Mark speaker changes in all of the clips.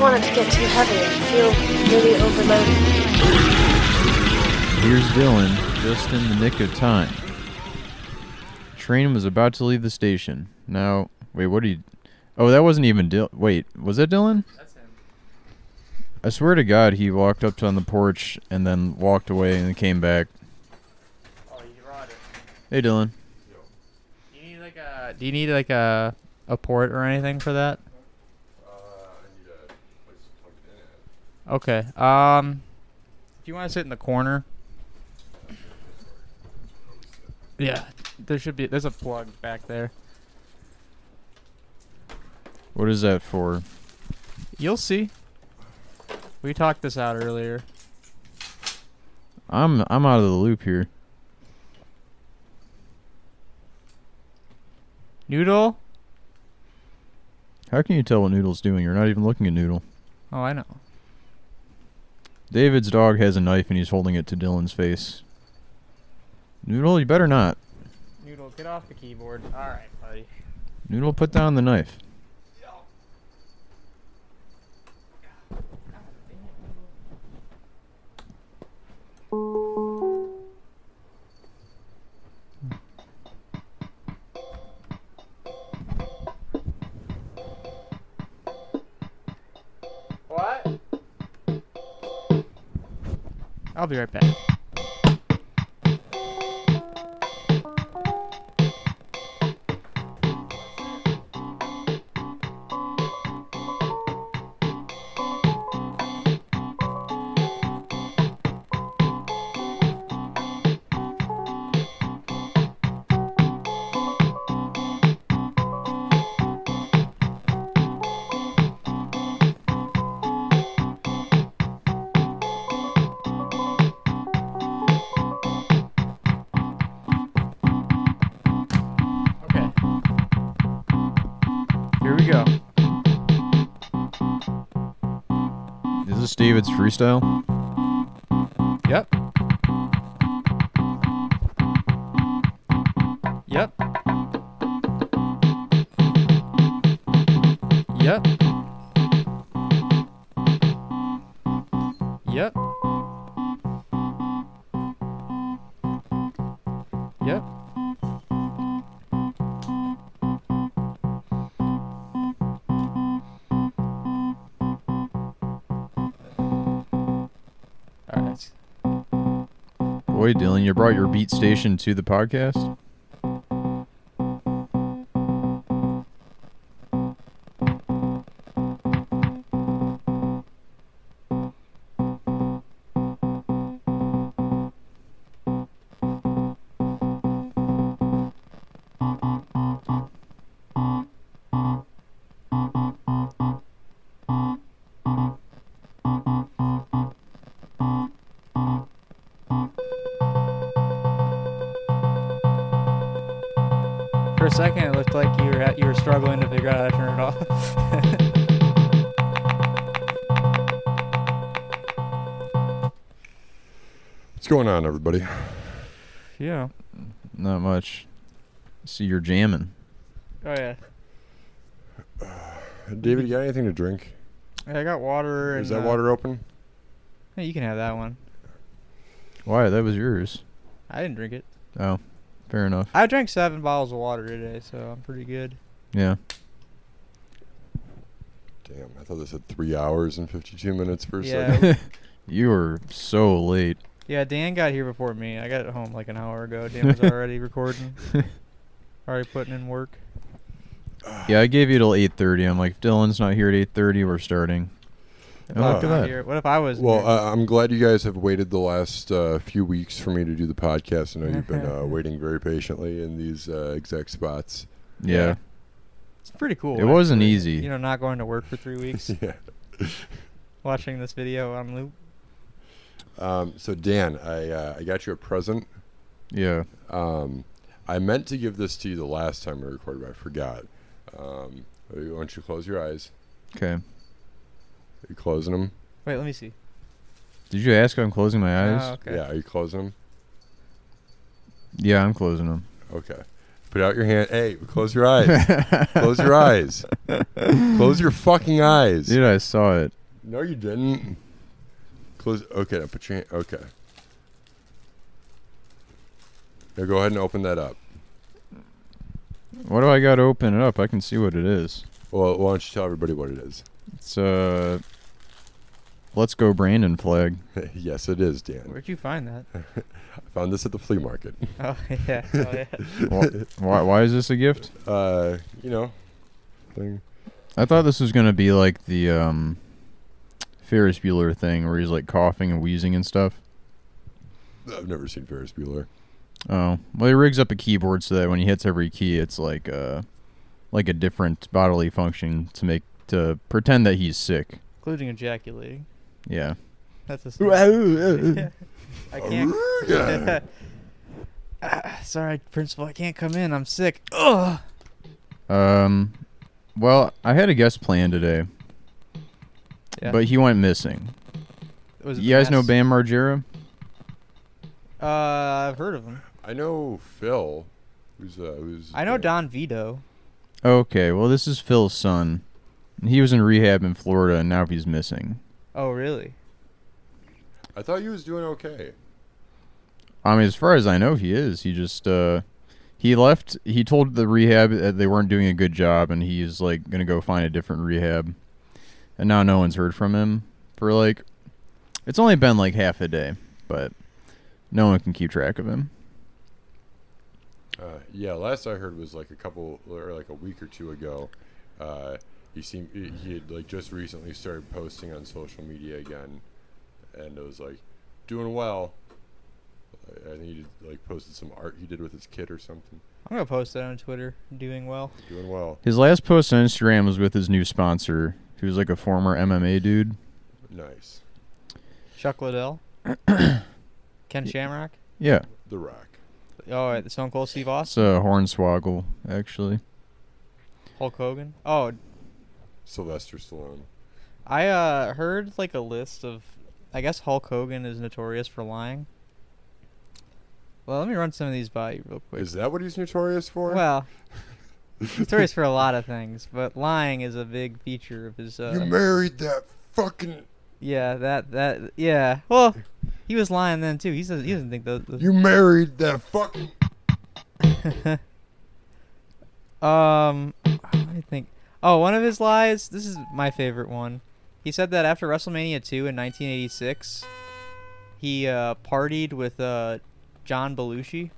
Speaker 1: want it to get too heavy. I feel really overloaded.
Speaker 2: Here's Dylan, just in the nick of time. Train was about to leave the station. Now, wait, what are you? Oh, that wasn't even Dylan. Wait, was that Dylan?
Speaker 3: That's him.
Speaker 2: I swear to God, he walked up to on the porch and then walked away and then came back.
Speaker 3: Oh, you rot it.
Speaker 2: Hey, Dylan.
Speaker 3: Do you need like a? Do you need like a a port or anything for that? Okay. Um, do you want to sit in the corner? Yeah. There should be. There's a plug back there.
Speaker 2: What is that for?
Speaker 3: You'll see. We talked this out earlier.
Speaker 2: I'm I'm out of the loop here.
Speaker 3: Noodle.
Speaker 2: How can you tell what Noodle's doing? You're not even looking at Noodle.
Speaker 3: Oh, I know.
Speaker 2: David's dog has a knife and he's holding it to Dylan's face. Noodle, you better not.
Speaker 3: Noodle, get off the keyboard. All right, buddy.
Speaker 2: Noodle, put down the knife.
Speaker 3: What? I'll be right back. Okay. Here we go.
Speaker 2: Is this David's freestyle?
Speaker 3: Yep. Yep. Yep. Yep. Yep. All right.
Speaker 2: Boy, Dylan, you brought your beat station to the podcast?
Speaker 3: For a second, it looked like you were at, you were struggling to figure out how to turn it off.
Speaker 4: What's going on, everybody?
Speaker 3: yeah.
Speaker 2: Not much. See, you're jamming.
Speaker 3: Oh yeah.
Speaker 4: David, you got anything to drink?
Speaker 3: I got water. uh,
Speaker 4: Is that water open?
Speaker 3: you can have that one.
Speaker 2: Why? That was yours.
Speaker 3: I didn't drink it.
Speaker 2: Oh, fair enough.
Speaker 3: I drank seven bottles of water today, so I'm pretty good.
Speaker 2: Yeah.
Speaker 4: Damn, I thought this had three hours and 52 minutes for a
Speaker 3: Yeah.
Speaker 4: second.
Speaker 2: You were so late.
Speaker 3: Yeah, Dan got here before me. I got home like an hour ago. Dan was already recording, already putting in work.
Speaker 2: yeah, I gave you till 8.30. I'm like, if Dylan's not here at 8.30, we're starting. And
Speaker 4: Oh,
Speaker 2: look at
Speaker 3: Not
Speaker 2: that.
Speaker 3: here. What if I was?
Speaker 4: Well, uh, I, I'm glad you guys have waited the last uh, few weeks for me to do the podcast. I know you've been uh, waiting very patiently in these uh, exact spots.
Speaker 2: Yeah.
Speaker 3: it's pretty cool.
Speaker 2: It wasn't
Speaker 3: actually.
Speaker 2: easy.
Speaker 3: You know, not going to work for three weeks,
Speaker 4: yeah.
Speaker 3: watching this video on loop.
Speaker 4: Um, so, Dan, I, uh, I got you a present.
Speaker 2: Yeah.
Speaker 4: Um, I meant to give this to you the last time we recorded, but I forgot. Um, why don't you close your eyes?
Speaker 2: Okay.
Speaker 4: Are you closing them?
Speaker 3: Wait, let me see.
Speaker 2: Did you ask if I'm closing my eyes?
Speaker 3: Oh, okay.
Speaker 4: Yeah, are you closing them?
Speaker 2: Yeah, I'm closing them.
Speaker 4: Okay. Put out your hand. Hey, close your eyes. close your eyes. Close your fucking eyes.
Speaker 2: Dude, I saw it.
Speaker 4: No, you didn't. Close. Okay, now put your hand. Okay. Now go ahead and open that up.
Speaker 2: What do I got to open it up? I can see what it is.
Speaker 4: Well, why don't you tell everybody what it is?
Speaker 2: It's uh, let's go Brandon flag.
Speaker 4: yes, it is, Dan.
Speaker 3: Where'd you find that?
Speaker 4: I found this at the flea market.
Speaker 3: Oh yeah. Oh yeah.
Speaker 2: Wh- why? Why is this a gift?
Speaker 4: Uh, you know, thing.
Speaker 2: I thought this was gonna be like the um, Ferris Bueller thing where he's like coughing and wheezing and stuff.
Speaker 4: I've never seen Ferris Bueller.
Speaker 2: Oh, well, he rigs up a keyboard so that when he hits every key, it's like uh, like a different bodily function to make to pretend that he's sick.
Speaker 3: Including ejaculating.
Speaker 2: Yeah.
Speaker 3: That's a. Snap.
Speaker 4: I
Speaker 3: I can't. Ah, sorry, principal. I can't come in. I'm sick. Ugh.
Speaker 2: Um, well, I had a guest plan today,
Speaker 3: Yeah.
Speaker 2: but he went missing.
Speaker 3: Was it
Speaker 2: You guys know
Speaker 3: Bass?
Speaker 2: Bam Margera?
Speaker 3: Uh, I've heard of him.
Speaker 4: I know Phil, who's uh, who's.
Speaker 3: I know
Speaker 4: uh,
Speaker 3: Don Vito.
Speaker 2: Okay, well, this is Phil's son. He was in rehab in Florida, and now he's missing.
Speaker 3: Oh really?
Speaker 4: I thought he was doing okay.
Speaker 2: I mean, as far as I know, he is. He just uh, he left. He told the rehab that they weren't doing a good job, and he's like gonna go find a different rehab. And now no one's heard from him for like, it's only been like half a day, but no one can keep track of him.
Speaker 4: Uh, yeah, last I heard was like a couple or like a week or two ago. Uh, he seemed he he had like just recently started posting on social media again, and it was like doing well. I- I think he did, like posted some art he did with his kid or something.
Speaker 3: I'm gonna post that on Twitter. Doing well.
Speaker 4: Doing well.
Speaker 2: His last post on Instagram was with his new sponsor, who's like a former MMA dude.
Speaker 4: Nice.
Speaker 3: Chuck Liddell. Ken Shamrock.
Speaker 2: Yeah,
Speaker 4: The Rock.
Speaker 3: Oh, right, the Stone Cold Steve Austin.
Speaker 2: it's uh, Hornswoggle actually.
Speaker 3: Hulk Hogan. Oh,
Speaker 4: Sylvester Stallone.
Speaker 3: I uh heard like a list of. I guess Hulk Hogan is notorious for lying. Well, let me run some of these by you real quick.
Speaker 4: Is that what he's notorious for?
Speaker 3: Well, he's notorious for a lot of things, but lying is a big feature of his.
Speaker 4: you
Speaker 3: Uh,
Speaker 4: married that fucking.
Speaker 3: yeah, that that yeah. Well, he was lying then too. He says he doesn't think those. those-
Speaker 4: You married that fucking.
Speaker 3: um, I think. Oh, one of his lies. This is my favorite one. He said that after WrestleMania 2 in 1986, he uh, partied with uh, John Belushi,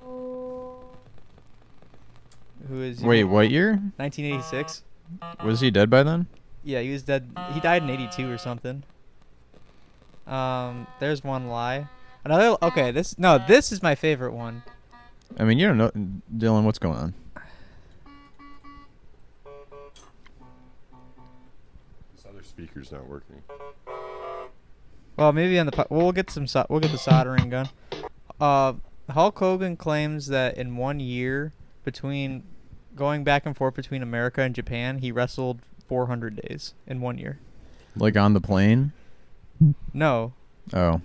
Speaker 3: who is
Speaker 2: Wait, what year
Speaker 3: 1986.
Speaker 2: was he dead by then?
Speaker 3: Yeah, he was dead. He died in '82 or something. Um, there's one lie. Another. Okay, this no. This is my favorite one.
Speaker 2: I mean, you don't know, Dylan. What's going on?
Speaker 4: This other speaker's not working.
Speaker 3: Well, maybe on the po- well, we'll get some. sol- We'll get the soldering gun. Uh, Hulk Hogan claims that in one year between going back and forth between America and Japan, he wrestled 400 days in one year.
Speaker 2: Like on the plane?
Speaker 3: No,
Speaker 2: Oh,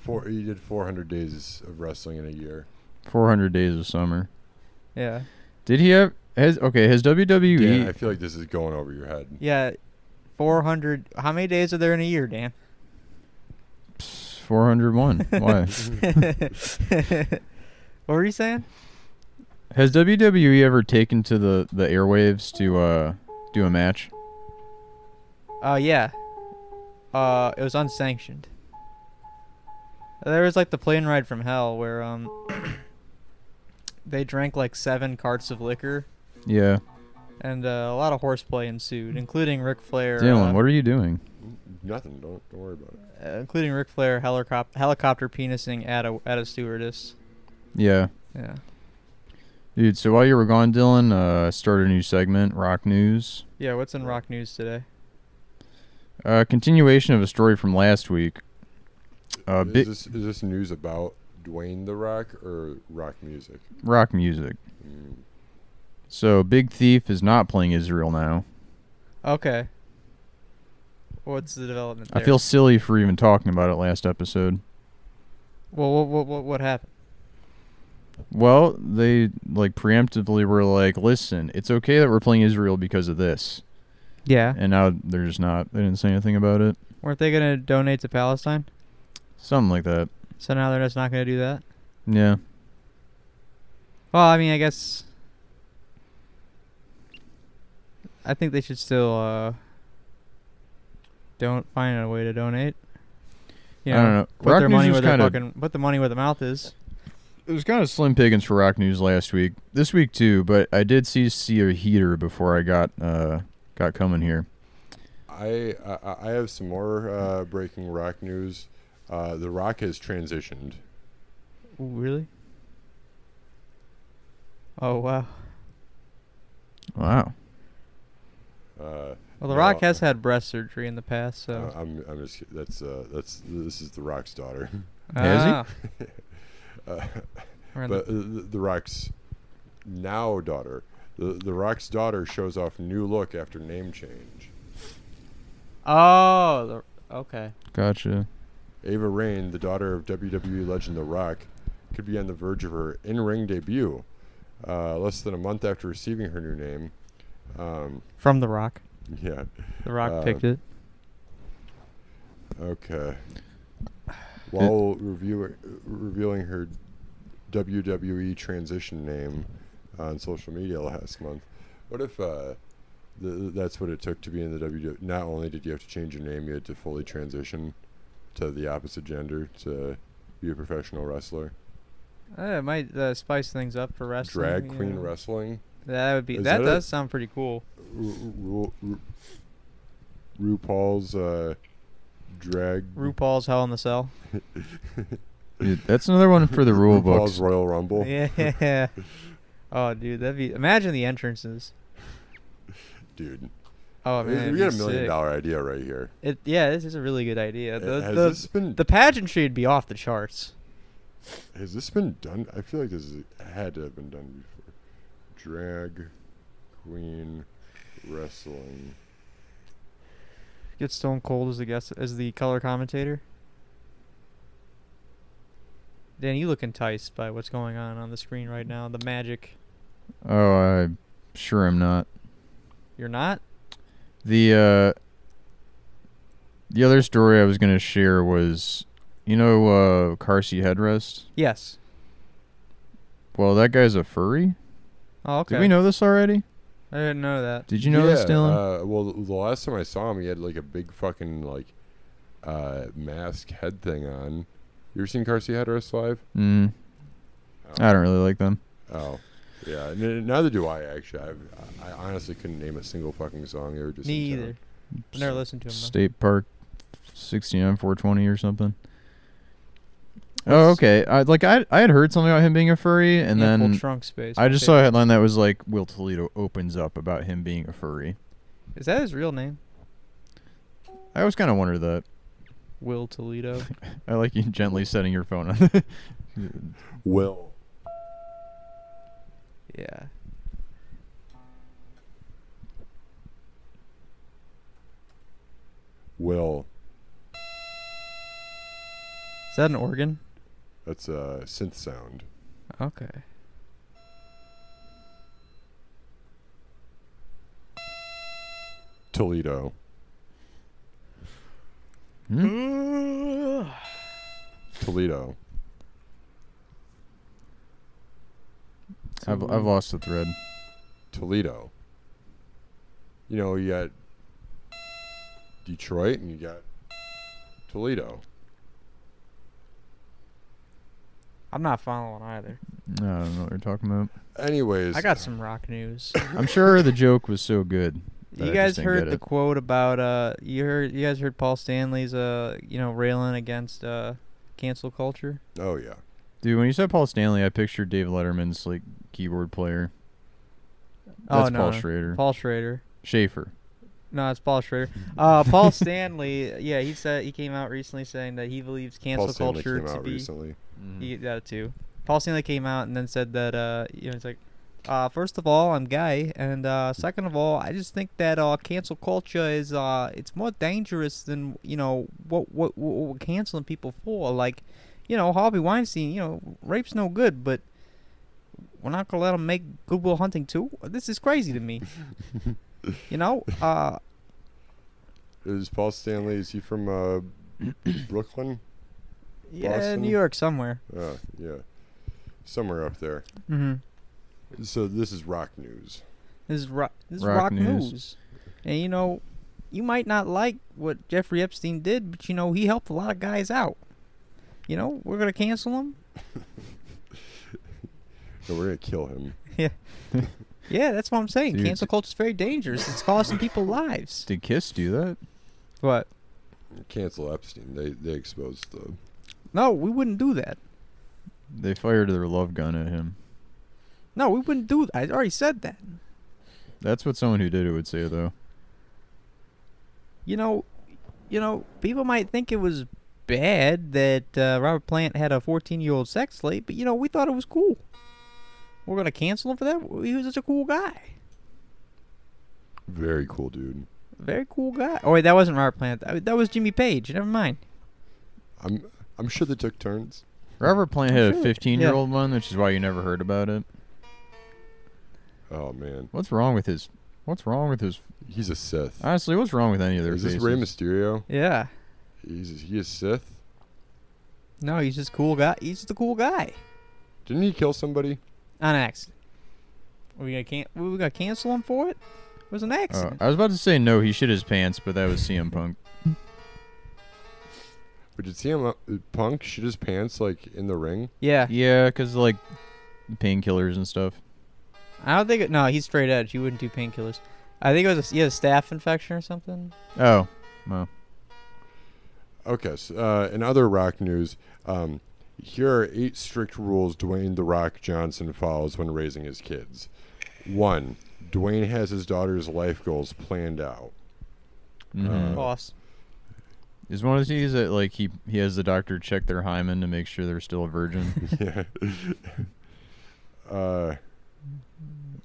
Speaker 4: Four, he did 400 days of wrestling in a year.
Speaker 2: 400 days of summer.
Speaker 3: yeah,
Speaker 2: Did he have has okay? Has E WWE?
Speaker 4: Dan, I feel like this is going over your head.
Speaker 3: yeah, 400. How many days are there in a year, Dan?
Speaker 2: Psst, 401. Why
Speaker 3: what were you saying?
Speaker 2: has WWE ever taken to the the airwaves to uh do a match?
Speaker 3: Uh, yeah. Uh, it was unsanctioned. There was like the plane ride from hell where um, they drank like seven carts of liquor
Speaker 2: Yeah,
Speaker 3: and uh, a lot of horseplay ensued, including Ric Flair.
Speaker 2: Dylan,
Speaker 3: uh,
Speaker 2: what are you doing?
Speaker 4: Nothing. Don't don't worry about it.
Speaker 3: uh, including Ric Flair helicop- helicopter penising at a at a stewardess.
Speaker 2: Yeah,
Speaker 3: Yeah.
Speaker 2: dude. So while you were gone, Dylan, uh, start a new segment, rock news.
Speaker 3: Yeah. What's in rock news today?
Speaker 2: Uh, continuation of a story from last week. Uh,
Speaker 4: is
Speaker 2: big
Speaker 4: this is this news about Dwayne the Rock or rock music?
Speaker 2: rock music.
Speaker 4: Mm.
Speaker 2: So Big Thief is not playing Israel now.
Speaker 3: Okay. What's the development?
Speaker 2: I
Speaker 3: there?
Speaker 2: feel silly for even talking about it last episode.
Speaker 3: Well, what what what, what happened?
Speaker 2: Well, they like preemptively were like, "Listen, it's okay that we're playing Israel because of this,"
Speaker 3: Yeah.
Speaker 2: and now they're just not. They didn't say anything about it.
Speaker 3: Weren't they gonna donate to Palestine?
Speaker 2: Something like that.
Speaker 3: So now they're just not gonna do that.
Speaker 2: Yeah.
Speaker 3: Well, I mean, I guess. I think they should still uh. Don't find a way to donate. You
Speaker 2: I don't know.
Speaker 3: Put
Speaker 2: Rock
Speaker 3: their
Speaker 2: News
Speaker 3: money
Speaker 2: was
Speaker 3: where their
Speaker 2: kinda-
Speaker 3: fucking put the money where the mouth is.
Speaker 2: It was kind of slim pickings for rock news last week, this week too. But I did see see a heater before I got uh got coming here.
Speaker 4: I, I I have some more uh, breaking rock news. Uh, the Rock has transitioned.
Speaker 3: Ooh, really? Oh wow.
Speaker 2: Wow.
Speaker 4: Uh,
Speaker 3: Well, The Rock
Speaker 4: Well,
Speaker 3: has had uh, breast surgery in the past, so.
Speaker 4: I'm I'm just kid- that's uh, that's this is the Rock's daughter.
Speaker 2: has he?
Speaker 3: Ah,
Speaker 4: Uh,
Speaker 3: we're in the-
Speaker 4: but uh, the, the Rock's now daughter, the the Rock's daughter shows off new look after name change.
Speaker 3: oh, the, okay.
Speaker 2: Gotcha.
Speaker 4: Ava Rain, the daughter of WWE legend The Rock, could be on the verge of her in-ring debut, uh, less than a month after receiving her new name. Um,
Speaker 3: From The Rock.
Speaker 4: yeah.
Speaker 3: The Rock
Speaker 4: Uh,
Speaker 3: picked it.
Speaker 4: Okay. While review, revealing her WWE transition name on social media last month, what if uh, th- that's what it took to be in the WWE? Not only did you have to change your name, you had to fully transition to the opposite gender to be a professional wrestler.
Speaker 3: Uh, it might uh, spice things up for wrestling.
Speaker 4: Drag
Speaker 3: you
Speaker 4: queen
Speaker 3: know.
Speaker 4: wrestling.
Speaker 3: That would be.
Speaker 4: Is
Speaker 3: that
Speaker 4: that it?
Speaker 3: does sound pretty cool.
Speaker 4: Ru- Ru- Ru- RuPaul's uh, drag.
Speaker 3: RuPaul's Hell in the Cell.
Speaker 2: Dude, that's another one for the rule
Speaker 4: RuPaul's
Speaker 2: books.
Speaker 4: Royal Rumble.
Speaker 3: Yeah. oh, dude, that'd be. Imagine the entrances.
Speaker 4: Dude.
Speaker 3: Oh
Speaker 4: We-
Speaker 3: man, it'd
Speaker 4: we got
Speaker 3: be
Speaker 4: a million
Speaker 3: sick.
Speaker 4: dollar idea right here.
Speaker 3: It, yeah, this is a really good idea.
Speaker 4: Uh,
Speaker 3: The
Speaker 4: has
Speaker 3: the,
Speaker 4: this been
Speaker 3: the pageantry would be off the charts.
Speaker 4: has this been done? I feel like this is, had to have been done before. Drag queen wrestling.
Speaker 3: Get Stone Cold as the guest as the color commentator. Dan, you look enticed by what's going on on the screen right now. The magic.
Speaker 2: Oh, I sure am not.
Speaker 3: You're not.
Speaker 2: The uh the other story I was gonna share was, you know, uh, car seat headrest.
Speaker 3: Yes.
Speaker 2: Well, that guy's a furry.
Speaker 3: Oh, okay.
Speaker 2: Did we know this already?
Speaker 3: I didn't know that.
Speaker 2: Did you know this,
Speaker 4: Yeah,
Speaker 2: Dylan?
Speaker 4: Uh, well, the the last time I saw him, he had like a big fucking like uh, mask head thing on. You ever seen Carsey Headrest live?
Speaker 2: mm, I don't really like them.
Speaker 4: Oh, yeah. N- n- neither do I actually. I've, I I honestly couldn't name a single fucking song they were just.
Speaker 3: Me
Speaker 4: in town.
Speaker 3: either. I never listened to him. Though.
Speaker 2: State Park, sixty-nine four twenty or something. Oh,
Speaker 3: What's-
Speaker 2: okay. I like I I had heard something about him being a furry, and
Speaker 3: Ample
Speaker 2: then
Speaker 3: trunk space.
Speaker 2: I
Speaker 3: my
Speaker 2: just saw a
Speaker 3: favorite.
Speaker 2: headline that was like Will Toledo opens up about him being a furry.
Speaker 3: Is that his real name?
Speaker 2: I always kind of wondered that.
Speaker 3: Will Toledo.
Speaker 2: I like you gently setting your phone on. Hmm?
Speaker 4: Will.
Speaker 3: yeah.
Speaker 4: Will.
Speaker 3: Is that an organ?
Speaker 4: That's a uh, synth sound.
Speaker 3: Okay.
Speaker 4: Toledo.
Speaker 2: Hmm?
Speaker 4: Toledo.
Speaker 2: I've I've lost the thread.
Speaker 4: Toledo. You know, you got Detroit and you got Toledo.
Speaker 3: I'm not following either.
Speaker 2: I don't know what you're talking about.
Speaker 4: Anyways,
Speaker 3: I got some rock news.
Speaker 2: I'm sure the joke was so good. that I
Speaker 3: you
Speaker 2: just
Speaker 3: guys
Speaker 2: didn't get
Speaker 3: heard the
Speaker 2: it.
Speaker 3: quote about uh you heard you guys heard Paul Stanley's uh you know railing against uh cancel culture.
Speaker 4: Oh yeah.
Speaker 2: Dude, when you said Paul Stanley, I pictured Dave Letterman's like keyboard player. That's
Speaker 3: oh no.
Speaker 2: Paul
Speaker 3: no.
Speaker 2: Schrader.
Speaker 3: Paul Schrader.
Speaker 2: Schaefer.
Speaker 3: No, it's Paul Schrader. Uh Paul Stanley, yeah, he said he came out recently saying that he believes cancel
Speaker 4: Paul Stanley
Speaker 3: culture
Speaker 4: came
Speaker 3: to
Speaker 4: out
Speaker 3: be
Speaker 4: recently.
Speaker 2: Mm.
Speaker 3: He that too. Paul Stanley came out and then said that uh, you know, he's like, uh, first of all, I'm gay, and uh, second of all, I just think that uh, cancel culture is uh, it's more dangerous than you know what what, what we're canceling people for. Like, you know, Harvey Weinstein, you know, rape's no good, but we're not gonna let them make Goodwill Hunting too. This is crazy to me. you know, uh,
Speaker 4: Is Paul Stanley? Is he from uh, Brooklyn?
Speaker 3: yeah,
Speaker 4: Boston?
Speaker 3: New York somewhere.
Speaker 4: Uh, yeah, somewhere up there.
Speaker 3: Mm-hmm.
Speaker 4: So this is rock news.
Speaker 3: This is rock. This
Speaker 2: Rock
Speaker 3: rock, rock
Speaker 2: news.
Speaker 3: news. and you know, you might not like what Jeffrey Epstein did, but you know he helped a lot of guys out. You know, we're gonna cancel him.
Speaker 4: So we're gonna kill him.
Speaker 3: Yeah, that's what I'm saying.
Speaker 2: Dude.
Speaker 3: Cancel culture is very dangerous. It's costing people lives.
Speaker 2: Did Kiss do that?
Speaker 3: But
Speaker 4: Cancel Epstein. They they exposed the.
Speaker 3: no, we wouldn't do that.
Speaker 2: They fired their love gun at him.
Speaker 3: No, we wouldn't do that. I already said that.
Speaker 2: That's what someone who did it would say, though.
Speaker 3: You know, you know, people might think it was bad that uh, Robert Plant had a 14-year-old sex slave, but you know, we thought it was cool. We're gonna cancel him for that. He was such a cool guy.
Speaker 4: Very cool dude.
Speaker 3: Very cool guy. Oh wait, that wasn't Robert Plant. That that was Jimmy Page. Never mind.
Speaker 4: I'm I'm sure they took turns.
Speaker 2: Robert Plant had a
Speaker 3: Sure.
Speaker 2: 15 year old one, which is why you never heard about it.
Speaker 4: Oh man,
Speaker 2: What's wrong with his? What's wrong with his?
Speaker 4: he's a Sith.
Speaker 2: Honestly, what's wrong with any of their
Speaker 4: Is this
Speaker 2: faces?
Speaker 4: Rey Mysterio?
Speaker 3: Yeah.
Speaker 4: He's he a Sith?
Speaker 3: No, he's just cool guy. He's just a cool guy.
Speaker 4: Didn't he kill somebody?
Speaker 3: On accident. Are we gonna can we gonna cancel him for it? It was an
Speaker 2: Uh,
Speaker 3: accident.
Speaker 2: I was about to say no, he shit his pants, but that was CM Punk.
Speaker 4: But did CM uh, Punk shit his pants like in the ring?
Speaker 3: yeah.
Speaker 2: Yeah, because like painkillers and stuff.
Speaker 3: I don't think it, no, he's straight edge. You wouldn't do painkillers. I think it was a, yeah, a staph infection or something.
Speaker 2: Oh, well,
Speaker 4: Okay. So, uh, in other rock news, um, here are eight strict rules Dwayne the Rock Johnson follows when raising his kids. One, Dwayne has his daughter's life goals planned out.
Speaker 3: Uh,
Speaker 2: mhm.
Speaker 3: Boss.
Speaker 2: is one of these that like he he has the doctor check their hymen to make sure they're still a virgin.
Speaker 4: yeah. Uh,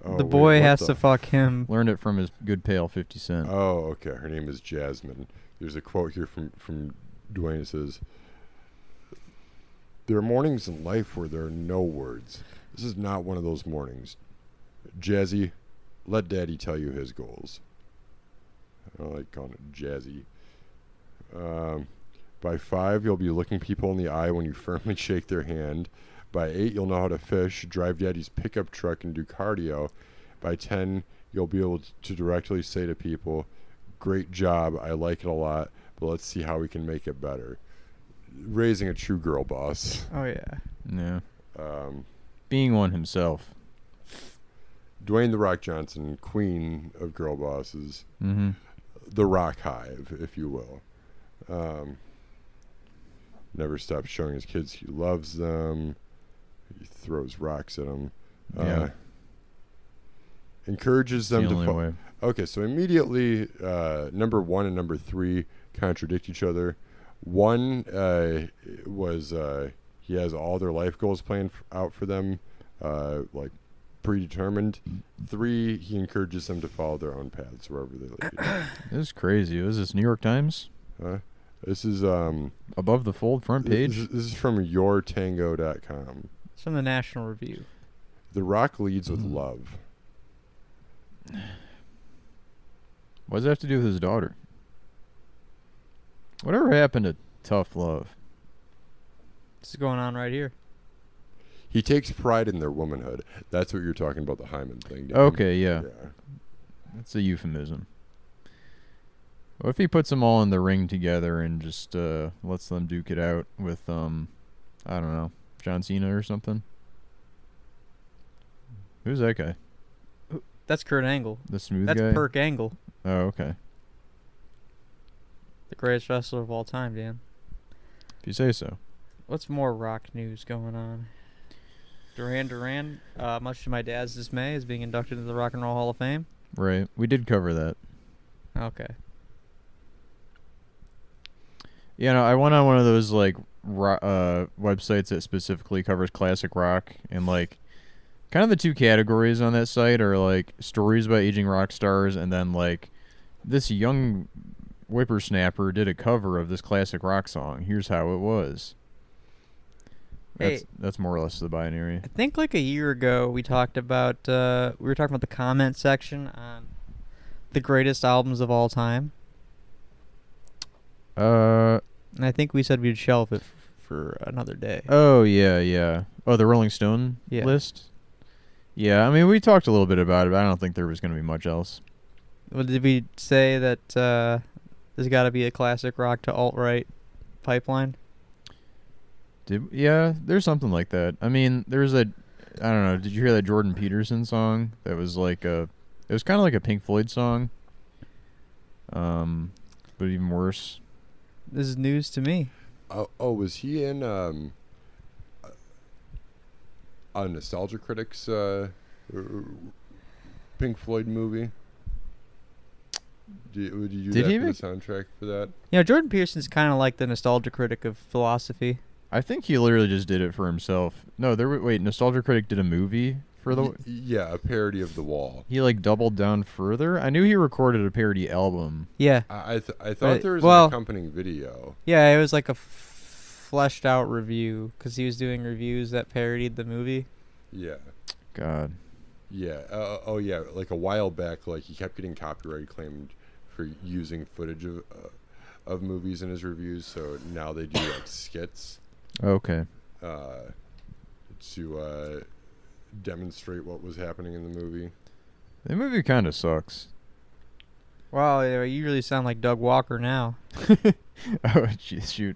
Speaker 4: oh,
Speaker 3: the
Speaker 4: wait,
Speaker 3: boy
Speaker 4: what
Speaker 3: has
Speaker 4: the-
Speaker 3: to fuck him.
Speaker 2: Learned it from his good pal Fifty Cent.
Speaker 4: Oh, okay. Her name is Jasmine. There's a quote here from from Dwayne. It says, "There are mornings in life where there are no words. This is not one of those mornings." Jazzy, let Daddy tell you his goals. I don't like calling it Jazzy. Um, by five, you'll be looking people in the eye when you firmly shake their hand. By eight, you'll know how to fish, drive Daddy's pickup truck, and do cardio. By ten, you'll be able to directly say to people, "Great job, I like it a lot, but let's see how we can make it better." Raising a true girl boss.
Speaker 3: Oh yeah.
Speaker 2: Yeah,
Speaker 4: Um,
Speaker 2: being one himself.
Speaker 4: Dwayne the Rock Johnson, queen of girl bosses,
Speaker 2: Mm-hmm.
Speaker 4: the Rock Hive, if you will. Um, never stops showing his kids he loves them. He throws rocks at them.
Speaker 2: Yeah.
Speaker 4: encourages them
Speaker 2: the
Speaker 4: to
Speaker 2: only
Speaker 4: fo-
Speaker 2: way.
Speaker 4: Okay, so immediately, uh, number one and number three contradict each other. One uh, was uh, he has all their life goals planned f- out for them, uh, like predetermined.
Speaker 2: Mm-hmm.
Speaker 4: Three, he encourages them to follow their own paths wherever they lead.
Speaker 2: This is crazy. Was this New York Times?
Speaker 4: uh, this is um,
Speaker 2: Above the fold front
Speaker 4: this,
Speaker 2: page.
Speaker 4: is- this is from yourtango.com.
Speaker 3: It's from the National Review.
Speaker 4: The Rock leads with
Speaker 2: Mm-hmm.
Speaker 4: love.
Speaker 2: What does that have to do with his daughter? Whatever happened to tough love?
Speaker 3: This is going on right here.
Speaker 4: He takes pride in their womanhood. That's what you're talking about the Hyman thing. Dan.
Speaker 2: Okay, yeah,
Speaker 4: yeah.
Speaker 2: that's a euphemism. What if he puts them all in the ring together and just uh, lets them duke it out with, um, I don't know, John Cena or something? Who's that guy?
Speaker 3: That's Kurt Angle.
Speaker 2: The smooth
Speaker 3: That's
Speaker 2: guy.
Speaker 3: Perk Angle,
Speaker 2: oh, okay.
Speaker 3: the greatest wrestler of all time, Dan.
Speaker 2: If you say so.
Speaker 3: What's more rock news going on? Duran Duran, uh, much to my dad's dismay, is being inducted into the Rock and Roll Hall of Fame.
Speaker 2: Right. We did cover that.
Speaker 3: Okay.
Speaker 2: Yeah, no, I went on one of those like ro- uh, websites that specifically covers classic rock, and like, kind of the two categories on that site are like stories about aging rock stars, and then like this young whippersnapper did a cover of this classic rock song. Here's how it was. That's
Speaker 3: Hey.
Speaker 2: that's more or less the binary.
Speaker 3: I think like a year ago we talked about uh, we were talking about the comment section on the greatest albums of all time,
Speaker 2: Uh
Speaker 3: and I think we said we'd shelve it f- for another day.
Speaker 2: oh yeah yeah oh the Rolling Stone
Speaker 3: Yeah.
Speaker 2: list. Yeah, I mean we talked a little bit about it. but I don't think there was going to be much else.
Speaker 3: Well, did we say that uh, there's got to be a classic rock to alt right pipeline?
Speaker 2: Did yeah? There's something like that. I mean, there's a I don't know. Did you hear that Jordan Peterson song? That was like a it was kind of like a Pink Floyd song. Um, but even worse.
Speaker 3: This is news to me.
Speaker 4: Oh, oh was he in um, a Nostalgia Critics uh, r- r- Pink Floyd movie? Did, would you do
Speaker 2: Did
Speaker 4: that
Speaker 2: he
Speaker 4: for
Speaker 2: make-
Speaker 4: the soundtrack for that?
Speaker 3: You know, Jordan Peterson's kind of like the nostalgia critic of philosophy.
Speaker 2: I think he literally just did it for himself. No, there. wa- Wait, Nostalgia Critic did a movie for the.
Speaker 4: Y- yeah, a parody of The Wall.
Speaker 2: He like doubled down further. I knew he recorded a parody album.
Speaker 3: Yeah,
Speaker 4: I I, th- I thought
Speaker 3: Right,
Speaker 4: there was
Speaker 3: well-
Speaker 4: an accompanying video.
Speaker 3: yeah, it was like a f- fleshed out review because he was doing reviews that parodied the movie.
Speaker 4: Yeah.
Speaker 2: God.
Speaker 4: Yeah. Uh, oh, yeah. Like a while back, like he kept getting copyright claimed for using footage of uh, of movies in his reviews. So now they do like skits
Speaker 2: Okay.
Speaker 4: uh, to uh, demonstrate what was happening in the movie.
Speaker 2: The movie kind of sucks.
Speaker 3: Wow, yeah, you really sound like Doug Walker now.
Speaker 2: oh, jeez, shoot.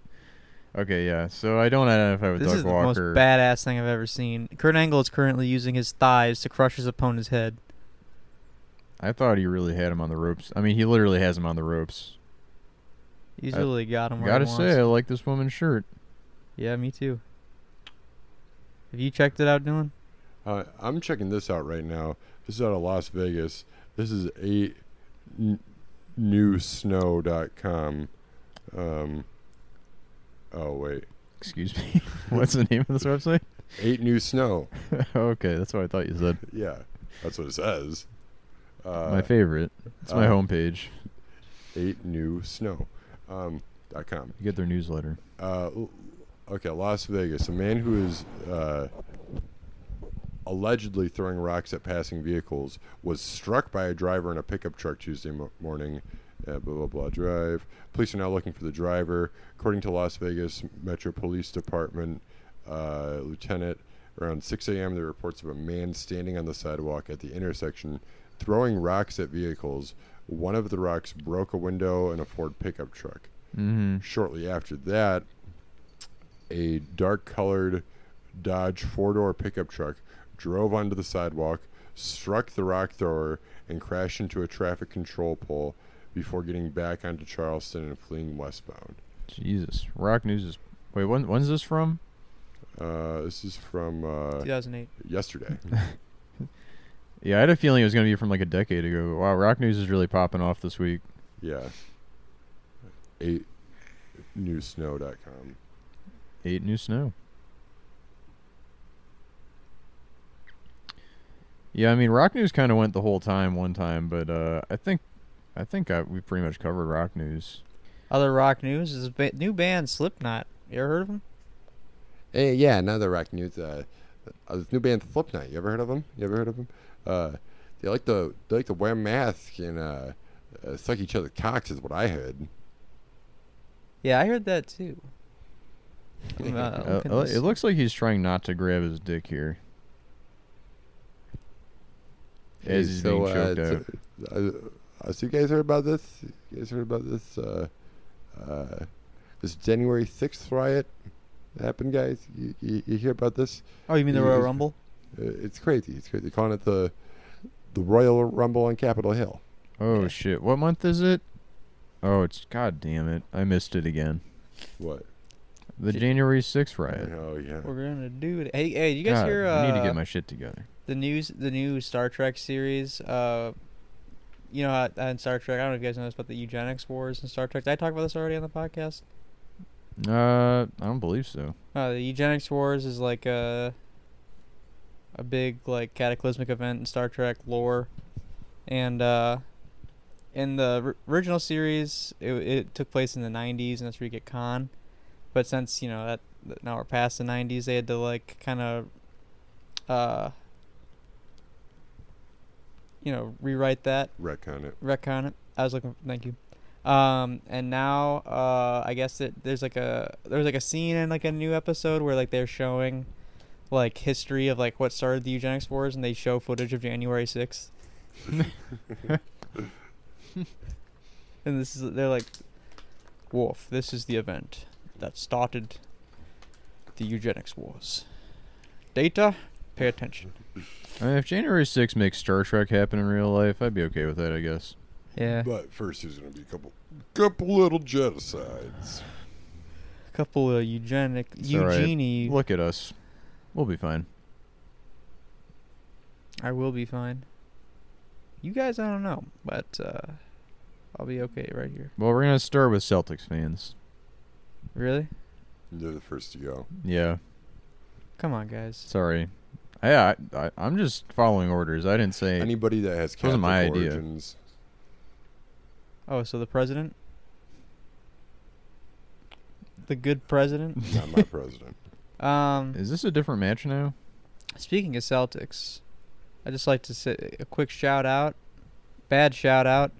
Speaker 2: Okay, yeah. So I don't identify with
Speaker 3: This
Speaker 2: Doug
Speaker 3: is the most
Speaker 2: Walker.
Speaker 3: badass thing I've ever seen. Kurt Angle is currently using his thighs to crush his opponent's head.
Speaker 2: I thought he really had him on the ropes. I mean, he literally has him on the ropes.
Speaker 3: He's
Speaker 2: I-
Speaker 3: really got him. Where
Speaker 2: Uh, Gotta
Speaker 3: he
Speaker 2: say, I
Speaker 3: wants.
Speaker 2: like this woman's shirt.
Speaker 3: yeah, me too. Have you checked it out, Dylan?
Speaker 4: Uh, I'm checking this out right now. This is out of Las Vegas. This is a n- newsnow.com. Um, oh wait,
Speaker 2: Excuse me. What's the name of this website?
Speaker 4: eight new snow.
Speaker 2: okay, that's what I thought you said.
Speaker 4: Yeah, that's what it says. Uh,
Speaker 2: my favorite. It's my
Speaker 4: uh,
Speaker 2: homepage.
Speaker 4: Eight new snow. Um, dot com.
Speaker 2: You get their newsletter.
Speaker 4: Uh, l- okay, Las Vegas. A man who is uh, allegedly throwing rocks at passing vehicles was struck by a driver in a pickup truck Tuesday mo- morning. Uh, blah blah blah. Drive. Police are now looking for the driver. According to Las Vegas Metro Police Department uh, lieutenant, around 6 a.m., there are reports of a man standing on the sidewalk at the intersection, throwing rocks at vehicles. One of the rocks broke a window in a Ford pickup truck.
Speaker 2: Mm-hmm.
Speaker 4: Shortly after that, a dark colored Dodge four door pickup truck drove onto the sidewalk, struck the rock thrower, and crashed into a traffic control pole before getting back onto Charleston and fleeing westbound.
Speaker 2: Jesus. Rock News is. Wait, when, when's this from?
Speaker 4: Uh, this is from uh,
Speaker 3: 2008.
Speaker 4: yesterday.
Speaker 2: Yeah, I had a feeling it was going to be from like a decade ago. But wow, Rock News is really popping off this week.
Speaker 4: yeah. 8 newsnow.com.
Speaker 2: Eight new snow. Yeah, I mean, rock news kind of went the whole time one time, but uh, I think, I think I, we pretty much covered rock news.
Speaker 3: Other rock news is a ba- new band Slipknot. You ever heard of them?
Speaker 4: Hey, yeah, another rock news. Uh, uh, this new band Slipknot. You ever heard of them? You ever heard of them? Uh, they like to they like to wear masks and uh, uh, suck each other's cocks is what I heard.
Speaker 3: Yeah, I heard that too. I'm, uh,
Speaker 2: Uh,
Speaker 3: looking
Speaker 2: uh,
Speaker 3: this-
Speaker 2: it looks like he's trying not to grab his dick here. As he's
Speaker 4: so,
Speaker 2: being choked
Speaker 4: uh,
Speaker 2: out.
Speaker 4: so, uh, uh, so you guys heard about this? You guys heard about this? Uh, uh, this January sixth riot that happened, guys. You, you, you hear about this?
Speaker 3: oh, you mean the
Speaker 4: it
Speaker 3: Royal
Speaker 4: is-
Speaker 3: Rumble?
Speaker 4: Uh, it's crazy. It's crazy. They're calling it the the Royal Rumble on Capitol Hill.
Speaker 2: Oh shit! What month is it? Oh, it's god damn it! I missed it again.
Speaker 4: What?
Speaker 2: The
Speaker 3: J-
Speaker 2: January 6th riot.
Speaker 4: Oh yeah.
Speaker 3: We're gonna do it. Hey, hey, you guys
Speaker 2: God,
Speaker 3: hear?
Speaker 2: I need to
Speaker 3: uh,
Speaker 2: get my shit together.
Speaker 3: the news the new Star Trek series. Uh, you know, uh, in Star Trek, I don't know if you guys know this, but the eugenics wars in Star Trek. Did I talk about this already on the podcast?
Speaker 2: Uh, I don't believe so.
Speaker 3: Uh, the eugenics wars is like a a big like cataclysmic event in Star Trek lore, and uh, in the r- original series, it, it took place in the '90s, and that's where you get Khan. But since you know that that now we're past the 90s they had to like kind of uh you know rewrite that
Speaker 4: Retcon it.
Speaker 3: retcon it i was looking thank you um and now uh i guess that there's like a there's like a scene in like a new episode where like they're showing like history of like what started the eugenics wars and they show footage of january 6th and this is they're like wolf this is the event that started the eugenics wars data pay attention
Speaker 2: I mean, if January 6th makes Star Trek happen in real life, I'd be okay with that, I guess.
Speaker 3: yeah
Speaker 4: But first, there's going to be a couple, couple little genocides.
Speaker 3: a couple of eugenic
Speaker 2: It's all right.
Speaker 3: eugenie
Speaker 2: Look at us. We'll be fine.
Speaker 3: I will be fine. You guys, I don't know, but uh, I'll be okay right here.
Speaker 2: Well, we're going to start with Celtics fans.
Speaker 3: Really?
Speaker 4: They're the first to go.
Speaker 2: Yeah,
Speaker 3: Come on, guys.
Speaker 2: sorry. Yeah, I, I, I'm just following orders. I didn't say.
Speaker 4: Anybody that has Catholic
Speaker 2: Wasn't my idea.
Speaker 4: origins,
Speaker 3: Oh, so the president? The good president?
Speaker 4: not my president.
Speaker 3: Um,
Speaker 2: Is this a different match now?
Speaker 3: speaking of Celtics, I just like to say a quick shout out, bad shout out.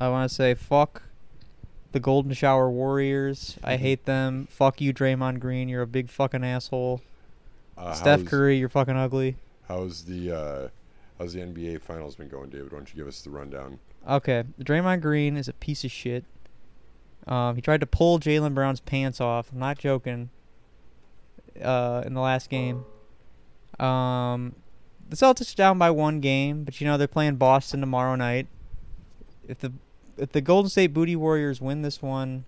Speaker 3: I want to say fuck the Golden Shower Warriors. I hate them. Fuck you, Draymond Green. You're a big fucking asshole.
Speaker 4: Uh,
Speaker 3: Steph
Speaker 4: how's-
Speaker 3: Curry, you're fucking ugly.
Speaker 4: How's the uh, how's the NBA Finals been going, David? Why don't you give us the rundown?
Speaker 3: Okay, Draymond Green is a piece of shit. Um, he tried to pull Jalen Brown's pants off. I'm not joking. Uh, in the last game, um, the Celtics are down by one game, but you know they're playing Boston tomorrow night. If the if the Golden State Booty Warriors win this one,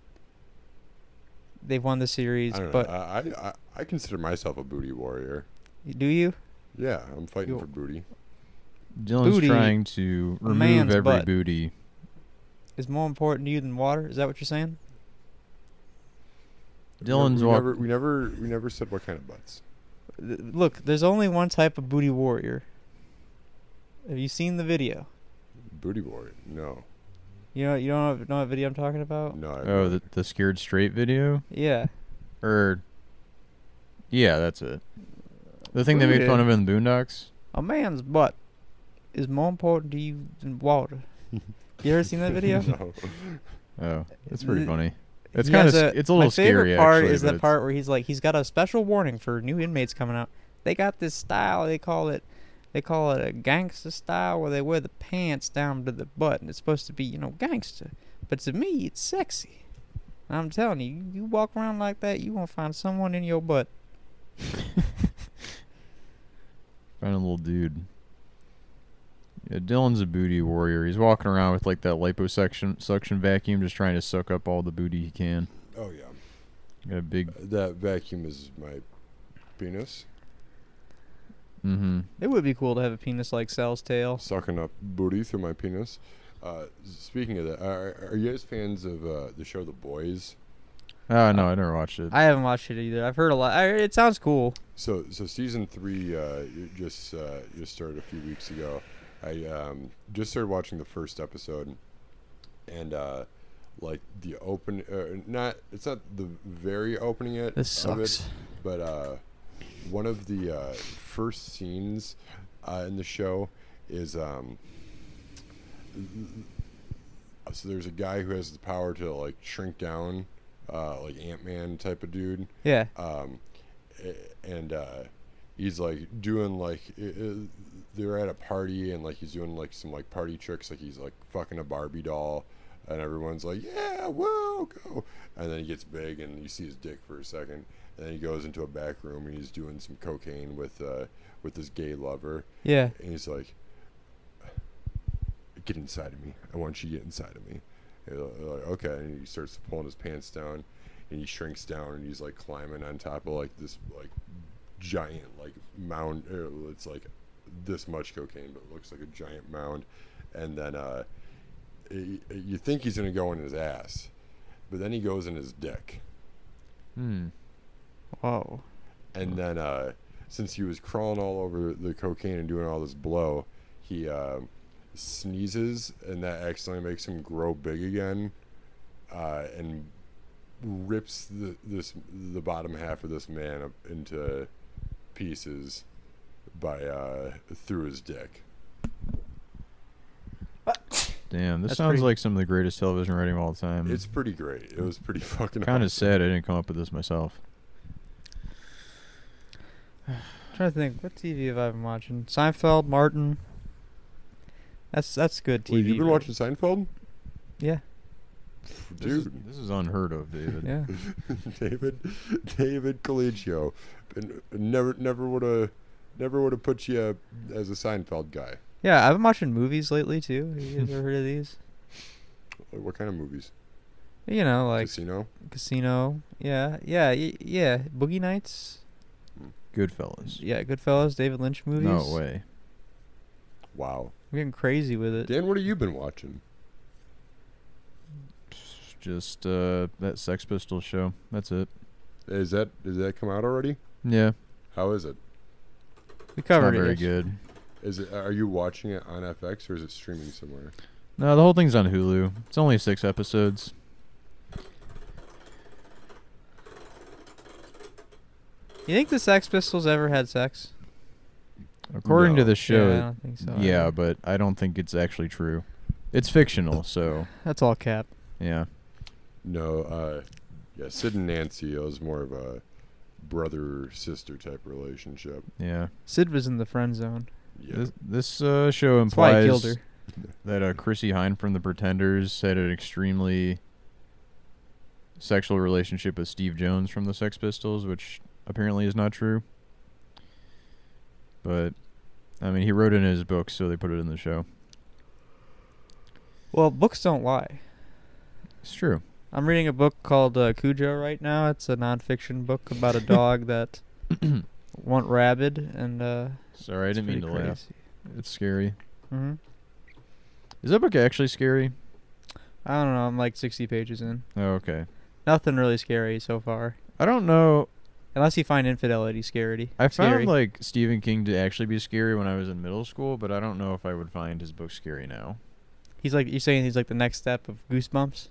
Speaker 3: they've won the series.
Speaker 4: I don't know.
Speaker 3: But
Speaker 4: I, I- I I consider myself a booty warrior.
Speaker 3: do you?
Speaker 4: Yeah, I'm fighting
Speaker 3: Yo.
Speaker 4: for booty.
Speaker 2: Dylan's
Speaker 3: Booty,
Speaker 2: trying to
Speaker 3: a
Speaker 2: remove
Speaker 3: man's
Speaker 2: every
Speaker 3: butt.
Speaker 2: booty.
Speaker 3: Is more important to you than water? Is that what you're saying?
Speaker 2: Dylan's
Speaker 4: we
Speaker 2: walk-
Speaker 4: never, we never we never said what kind of butts.
Speaker 3: Th- Look, there's only one type of booty warrior. Have you seen the video?
Speaker 4: Booty warrior? No,
Speaker 3: You know, you don't know, know what video I'm talking about?
Speaker 4: no. I
Speaker 2: Oh, the, the scared straight video?
Speaker 3: Yeah,
Speaker 2: Or. Yeah, that's it. The thing they made fun of in the Boondocks?
Speaker 3: a man's butt is more important to you than water. you ever seen that video?
Speaker 4: no.
Speaker 2: Oh, that's pretty
Speaker 3: Th-
Speaker 2: funny. It's
Speaker 3: He
Speaker 2: kind of
Speaker 3: has
Speaker 2: it's a little
Speaker 3: my
Speaker 2: scary.
Speaker 3: favorite part
Speaker 2: actually,
Speaker 3: is
Speaker 2: but
Speaker 3: the
Speaker 2: it's-
Speaker 3: part where he's like, he's got a special warning for new inmates coming out. They got this style. They call it, they call it a gangster style where they wear the pants down to the butt, and it's supposed to be you know gangster. But to me, it's sexy. I'm telling you, you- you walk around like that, you gonna find someone in your butt.
Speaker 2: Found a little dude. Yeah, Dylan's a booty warrior. He's walking around with like that liposuction suction vacuum, just trying to suck up all the booty he can.
Speaker 4: Oh yeah,
Speaker 2: Got a big.
Speaker 4: that vacuum is my penis
Speaker 2: Mm-hmm.
Speaker 3: It would be cool to have a penis like Sal's tail.
Speaker 4: sucking up booty through my penis. Uh, speaking of that, are, are you guys fans of uh, the show The Boys?
Speaker 2: Oh no, I never watched it.
Speaker 3: I haven't watched it either. I've heard a lot. I, it sounds cool.
Speaker 4: So, so season three uh, it just uh, just started a few weeks ago. I um, just started watching the first episode, and uh, like the open, uh, not it's not the very opening yet.
Speaker 3: This
Speaker 4: of it,
Speaker 3: sucks.
Speaker 4: but uh, one of the uh, first scenes uh, in the show is um, so there's a guy who has the power to like shrink down, uh, like Ant Man type of dude
Speaker 3: Yeah.
Speaker 4: um, a- and uh, he's like doing like i- i- they're at a party and like he's doing like some like party tricks like he's like fucking a barbie doll and everyone's like yeah whoa go and then he gets big and you see his dick for a second and then he goes into a back room and he's doing some cocaine with uh with his gay lover
Speaker 3: Yeah.
Speaker 4: and he's like, "Get inside of me. I want you to get inside of me." And they're like, okay, and he starts pulling his pants down, and he shrinks down, and he's like climbing on top of like this like giant like mound. er, It's like this much cocaine, but it looks like a giant mound. And then uh, y- y- you think he's gonna go in his ass, but then he goes in his dick.
Speaker 2: Hmm.
Speaker 3: Whoa.
Speaker 4: and
Speaker 2: Mm-hmm.
Speaker 4: then uh, since he was crawling all over the cocaine and doing all this blow, he um sneezes and that accidentally makes him grow big again, uh, and rips the, this the bottom half of this man up into pieces by uh, through his dick.
Speaker 2: Damn, this
Speaker 3: That's
Speaker 2: sounds
Speaker 3: pretty-
Speaker 2: like some of the greatest television writing of all time.
Speaker 4: It's pretty great. It was pretty fucking.
Speaker 2: kind of
Speaker 4: awesome.
Speaker 2: sad I didn't come up with this myself.
Speaker 3: I'm trying to think, what TV have I been watching? Seinfeld, Martin. That's that's good TV.
Speaker 4: Wait, you've been
Speaker 3: but-
Speaker 4: watching Seinfeld,
Speaker 3: Yeah,
Speaker 2: This is,
Speaker 4: dude.
Speaker 2: this is unheard of, David.
Speaker 3: yeah.
Speaker 4: David, David Colicchio, and never, never would have, never would have put you uh, as a Seinfeld guy.
Speaker 3: Yeah, I've been watching movies lately too. Have you ever heard of these?
Speaker 4: Like, what kind of movies?
Speaker 3: You know, like
Speaker 4: Casino.
Speaker 3: Casino. Yeah, yeah, y- yeah. Boogie Nights.
Speaker 2: Goodfellas.
Speaker 3: Yeah, Goodfellas, David Lynch movies.
Speaker 2: No way.
Speaker 4: Wow.
Speaker 3: I'm getting crazy with it.
Speaker 4: Dan, what have you been watching?
Speaker 2: Just uh, that Sex Pistols show. That's it.
Speaker 4: Is that is that come out already?
Speaker 2: Yeah,
Speaker 4: How is it?
Speaker 3: We
Speaker 2: it's
Speaker 3: covered
Speaker 2: not very
Speaker 3: it.
Speaker 2: good.
Speaker 4: Is it? Are you watching it on FX or is it streaming somewhere?
Speaker 2: No, the whole thing's on Hulu. It's only six episodes.
Speaker 3: You think the Sex Pistols ever had sex?
Speaker 2: According to
Speaker 4: No.
Speaker 2: the
Speaker 3: yeah, I
Speaker 2: show,
Speaker 3: don't think so.
Speaker 2: yeah, but I don't think it's actually true. It's fictional, so
Speaker 3: that's all cap.
Speaker 2: yeah.
Speaker 4: No. Uh, yeah, Sid and Nancy. It was more of a brother sister type relationship.
Speaker 2: Yeah,
Speaker 3: Sid was in the friend zone.
Speaker 4: Yeah.
Speaker 2: this this uh, show
Speaker 3: That's why I
Speaker 2: implies
Speaker 3: killed her.
Speaker 2: that uh, Chrissy Hine from The Pretenders had an extremely sexual relationship with Steve Jones from the Sex Pistols, which apparently is not true. But I mean, he wrote it in his book, so they put it in the show.
Speaker 3: Well, books don't lie.
Speaker 2: It's true.
Speaker 3: I'm reading a book called uh, Cujo right now. It's a nonfiction book about a dog that went rabid, and uh,
Speaker 2: Sorry, I
Speaker 3: it's
Speaker 2: didn't mean to
Speaker 3: pretty
Speaker 2: laugh. It's scary.
Speaker 3: hmm
Speaker 2: Is that book actually scary?
Speaker 3: I don't know. I'm like 60 pages in.
Speaker 2: Oh, okay.
Speaker 3: Nothing really scary so far,
Speaker 2: I don't know.
Speaker 3: unless you find infidelity scary.
Speaker 2: I
Speaker 3: scary.
Speaker 2: found like Stephen King to actually be scary when I was in middle school, but I don't know if I would find his book scary now.
Speaker 3: he's like you're saying he's like the next step of Goosebumps.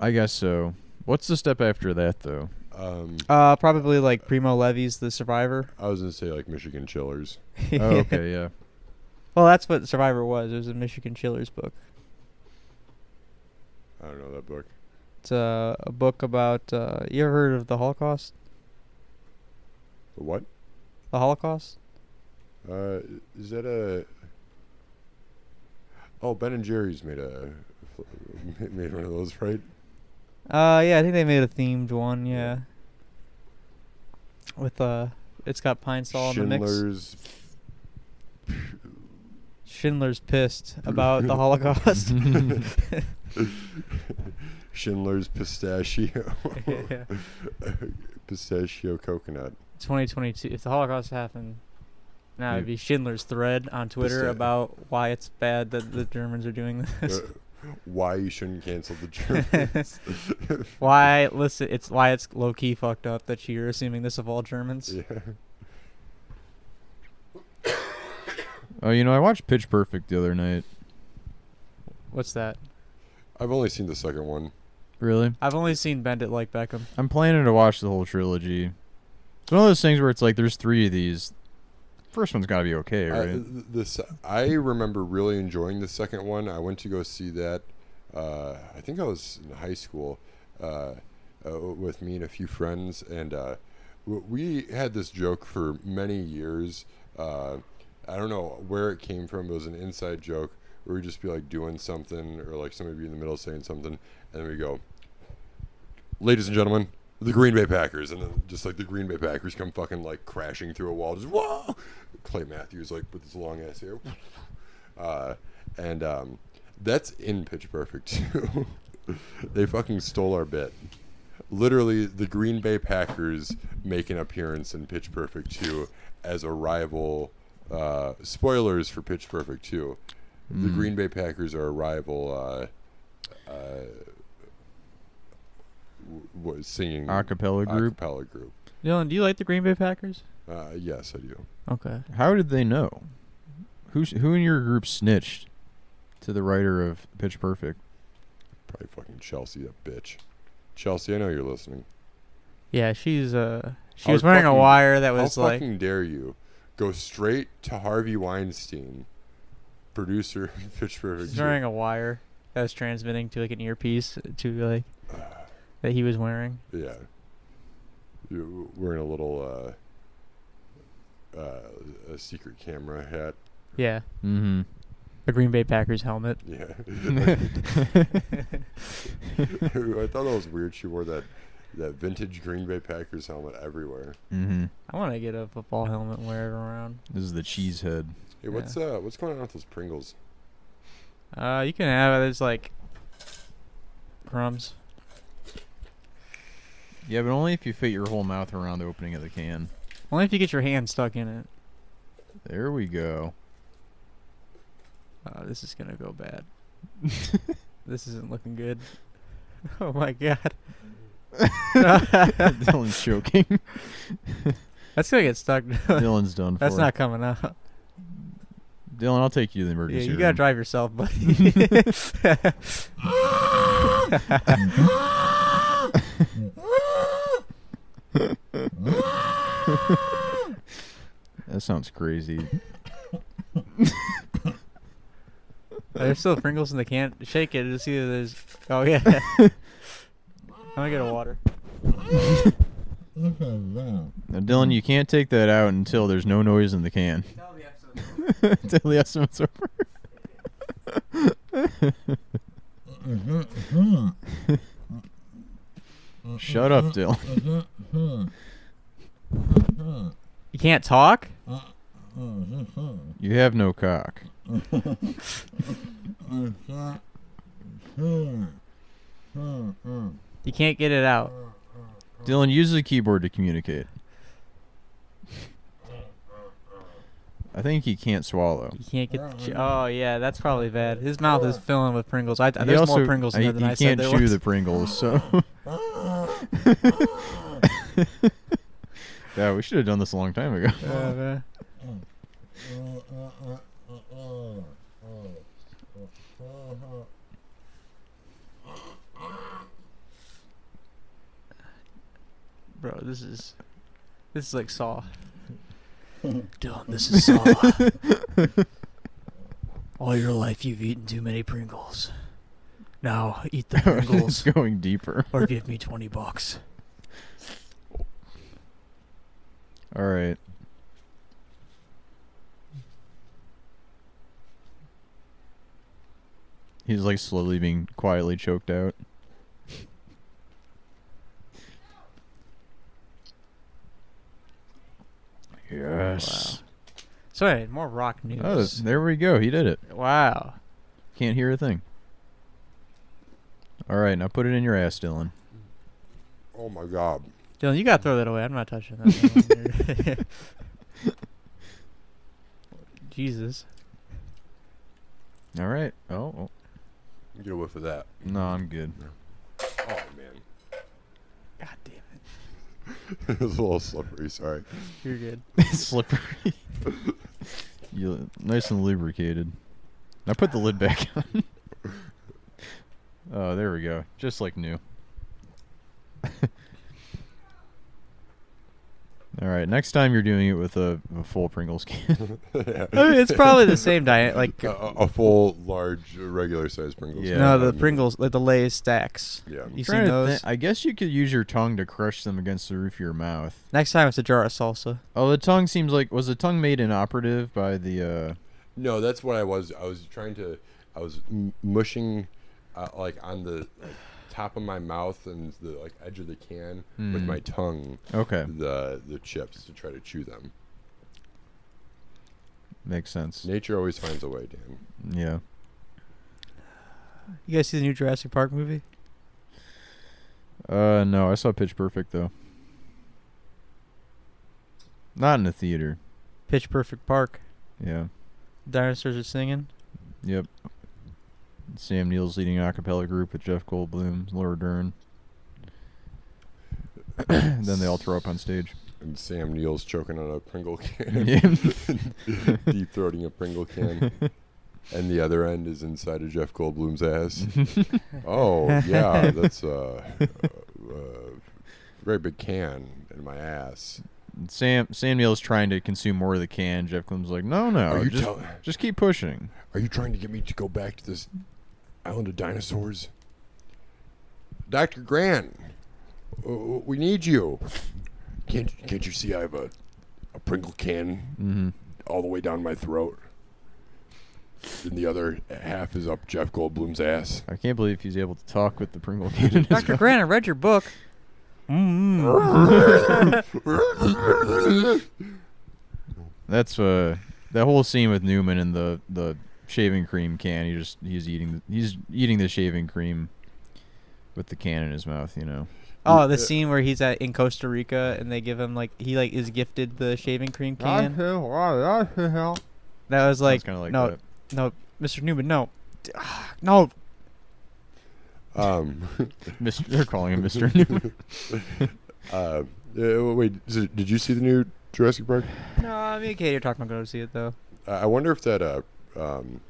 Speaker 2: I guess so. What's the step after that though?
Speaker 4: Um,
Speaker 3: Uh, probably like Primo Levi's The Survivor.
Speaker 4: I was gonna say like Michigan Chillers.
Speaker 2: oh, okay, yeah.
Speaker 3: well, that's what Survivor was. It was a Michigan Chillers book.
Speaker 4: I don't know that book.
Speaker 3: It's uh, a book about. Uh, you ever heard of the Holocaust?
Speaker 4: The what?
Speaker 3: The Holocaust.
Speaker 4: Uh, is that a? Oh, Ben and Jerry's made a made one of those, right?
Speaker 3: Uh, yeah, I think they made a themed one. Yeah. With uh, it's got Pine Sol in the mix.
Speaker 4: Schindler's.
Speaker 3: Schindler's pissed about the Holocaust.
Speaker 4: Schindler's pistachio,
Speaker 3: Yeah.
Speaker 4: pistachio coconut.
Speaker 3: 2022. If the Holocaust happened, now it'd
Speaker 2: Yeah.
Speaker 3: be Schindler's thread on Twitter
Speaker 4: Pista-
Speaker 3: about why it's bad that the Germans are doing
Speaker 4: Uh,
Speaker 3: this.
Speaker 4: why you shouldn't cancel the Germans?
Speaker 3: why listen? It's why it's low key fucked up that you're assuming this of all Germans.
Speaker 4: yeah.
Speaker 2: Oh, you know, I watched Pitch Perfect the other night.
Speaker 3: What's that?
Speaker 4: I've only seen the second one.
Speaker 2: Really?
Speaker 3: I've only seen Bend It Like Beckham.
Speaker 2: I'm planning to watch the whole trilogy. It's one of those things where it's like there's three of these. First one's got to be okay,
Speaker 4: I,
Speaker 2: right?
Speaker 4: th- the se- I remember really enjoying the second one. I went to go see that. Uh, I think I was in high school uh, uh, with me and a few friends, and uh, w- we had this joke for many years. Uh, I don't know where it came from. It was an inside joke where we'd just be like doing something, or like somebody be in the middle saying something, and then we go, "Ladies and gentlemen." The Green Bay Packers, and then just like the Green Bay Packers come fucking like crashing through a wall, just whoa, Clay Matthews, like with his long ass hair. Uh, and um, that's in Pitch Perfect too. they fucking stole our bit. Literally, the Green Bay Packers make an appearance in Pitch Perfect 2 as a rival. Uh, spoilers for Pitch Perfect 2. The
Speaker 2: Hmm. Mm.
Speaker 4: Green Bay Packers are a rival. Uh, uh, w- was singing
Speaker 2: Acapella group.
Speaker 4: acapella group.
Speaker 3: Dylan, do you like the Green Bay Packers?
Speaker 4: Uh, yes, I do.
Speaker 3: Okay.
Speaker 2: How did they know? Who who in your group snitched to the writer of Pitch Perfect?
Speaker 4: Probably fucking Chelsea, that bitch. Chelsea, I know you're listening.
Speaker 3: Yeah, she's uh she
Speaker 4: How
Speaker 3: was wearing a
Speaker 4: fucking-
Speaker 3: wire that was
Speaker 4: How
Speaker 3: like
Speaker 4: fucking dare you go straight to Harvey Weinstein, producer of Pittsburgh.
Speaker 3: she's wearing a wire that was transmitting to like an earpiece to like that he was wearing.
Speaker 4: Uh, Yeah. You- Wearing a little uh, uh, a secret camera hat.
Speaker 3: Yeah,
Speaker 2: Mm-hmm.
Speaker 3: a Green Bay Packers helmet.
Speaker 4: Yeah.
Speaker 3: yeah,
Speaker 2: Mm-hmm.
Speaker 4: I thought that was weird. She wore that that vintage Green Bay Packers helmet everywhere.
Speaker 2: Mm-hmm.
Speaker 3: I want to get a football helmet and wear it around.
Speaker 2: This is the cheese head.
Speaker 4: Hey, what's uh what's going on with those Pringles?
Speaker 3: Uh, you can have it. It's like crumbs.
Speaker 2: Yeah, but only if you fit your whole mouth around the opening of the can.
Speaker 3: Only if you get your hand stuck in it.
Speaker 2: There we go.
Speaker 3: Oh, this is gonna go bad. this isn't looking good. Oh my god.
Speaker 2: Dylan's choking.
Speaker 3: That's gonna get stuck.
Speaker 2: Dylan's done
Speaker 3: That's
Speaker 2: for.
Speaker 3: not coming out.
Speaker 2: Dylan, I'll take you to the
Speaker 3: Yeah,
Speaker 2: emergency
Speaker 3: you gotta
Speaker 2: room.
Speaker 3: drive yourself, buddy.
Speaker 2: that sounds crazy.
Speaker 3: there's still Pringles in the can. Shake it. It's either there's. Oh yeah. I'm gonna get a water.
Speaker 5: Look at that.
Speaker 2: Now, Dylan, you can't take that out until there's no noise in the can. until the estimate's over.
Speaker 5: Is that her?
Speaker 2: Shut up, Dylan.
Speaker 5: Is that her?
Speaker 3: You can't talk.
Speaker 5: Oh, is this her?
Speaker 2: You have no cock.
Speaker 5: Is that her? Her, her.
Speaker 3: You can't get it out.
Speaker 2: Dylan, use the keyboard to communicate. I think he can't swallow.
Speaker 3: You can't get. The ch- oh yeah, that's probably bad. His mouth is filling with Pringles. I,
Speaker 2: He
Speaker 3: Uh, there's more
Speaker 2: also-
Speaker 3: Pringles in
Speaker 2: I-
Speaker 3: there than
Speaker 2: he
Speaker 3: I said
Speaker 2: can't
Speaker 3: there
Speaker 2: chew
Speaker 3: was.
Speaker 2: the Pringles, so. yeah, we should have done this a long time ago.
Speaker 3: Uh, man.
Speaker 5: Oh, oh, oh, oh, oh, oh, oh, oh, oh.
Speaker 3: bro, this is this is like Saw. Dylan, this is Saw. All your life you've eaten too many Pringles. Now eat the
Speaker 2: it's
Speaker 3: Pringles
Speaker 2: going deeper.
Speaker 3: or give me twenty bucks.
Speaker 2: All right. He's like slowly being quietly choked out. Yes.
Speaker 3: So anyway, more rock news.
Speaker 2: Oh, there we go. He did it.
Speaker 3: wow.
Speaker 2: Can't hear a thing. All right, now put it in your ass, Dylan.
Speaker 4: Oh my god.
Speaker 3: Dylan, you gotta throw that away. I'm not touching that. Jesus.
Speaker 2: All right. Oh, oh.
Speaker 4: Get a whiff of that.
Speaker 2: no, I'm good.
Speaker 4: Oh man.
Speaker 3: God damn it.
Speaker 4: it was a little slippery, sorry.
Speaker 3: You're good.
Speaker 2: slippery. you nice and lubricated. Now put the lid back on. oh, there we go. Just like new. All right, next time you're doing it with a, a full Pringles can.
Speaker 3: I mean, it's probably the same diet. Like
Speaker 4: A, a- a full, large, regular sized Pringles.
Speaker 2: Yeah.
Speaker 3: no,
Speaker 4: I
Speaker 3: the
Speaker 4: mean,
Speaker 3: Pringles, like the Lay's stacks.
Speaker 4: Yeah.
Speaker 3: You
Speaker 2: Trying
Speaker 3: seen
Speaker 2: to
Speaker 3: those?
Speaker 2: thi- I guess you could use your tongue to crush them against the roof of your mouth.
Speaker 3: Next time it's a jar of salsa.
Speaker 2: Oh, the tongue seems like was the tongue made inoperative by the uh
Speaker 4: No, that's what I was. I was trying to. I was m- mushing, uh, like on the like, top of my mouth and the like edge of the can with
Speaker 3: Hmm.
Speaker 4: my tongue.
Speaker 2: uh, Okay,
Speaker 4: The the chips to try to chew them.
Speaker 2: makes sense.
Speaker 4: Nature always finds a way, Dan.
Speaker 2: Yeah.
Speaker 3: You guys see the new Jurassic Park movie?
Speaker 2: Uh, no, I saw Pitch Perfect though. Not in the theater.
Speaker 3: Pitch Perfect Park.
Speaker 2: Yeah.
Speaker 3: Dinosaurs are singing.
Speaker 2: Yep. Sam Neill's leading an a cappella group with Jeff Goldblum, Laura Dern. then they all throw up on stage.
Speaker 4: And Sam Neill's choking on a Pringle can.
Speaker 2: Yeah.
Speaker 4: Deep throating a Pringle can. and the other end is inside of Jeff Goldblum's ass. oh yeah, that's a uh, uh, very big can in my ass.
Speaker 2: Sam Sam Neill's trying to consume more of the can. Jeff Goldblum's like, no,
Speaker 4: Are
Speaker 2: no,
Speaker 4: you
Speaker 2: Oh, just,
Speaker 4: tell-
Speaker 2: just keep pushing.
Speaker 4: Are you trying to get me to go back to this island of dinosaurs? Dr. Grant, w- we need you. Can't, can't you see I have a, a Pringle can
Speaker 2: Mm-hmm.
Speaker 4: all the way down my throat? And the other half is up Jeff Goldblum's ass.
Speaker 2: I can't believe he's able to talk with the Pringle can. in his
Speaker 3: Dr. Grant, I read your book.
Speaker 2: That's uh that whole scene with Newman and the the shaving cream can. He just he's eating the, he's eating the shaving cream with the can in his mouth. You know.
Speaker 3: Oh, the scene where he's at in Costa Rica and they give him like he like is gifted the shaving cream can.
Speaker 2: That
Speaker 3: That was like,
Speaker 2: kind of like
Speaker 3: no,
Speaker 2: that.
Speaker 3: no, Mr. Newman, no, ah, no.
Speaker 4: Um,
Speaker 2: Mr. They're calling him Mr. Newman.
Speaker 4: uh, uh, wait, so did you see the new Jurassic Park?
Speaker 3: No, me and Katie are talking about going to see it though.
Speaker 4: I I wonder if that uh, um,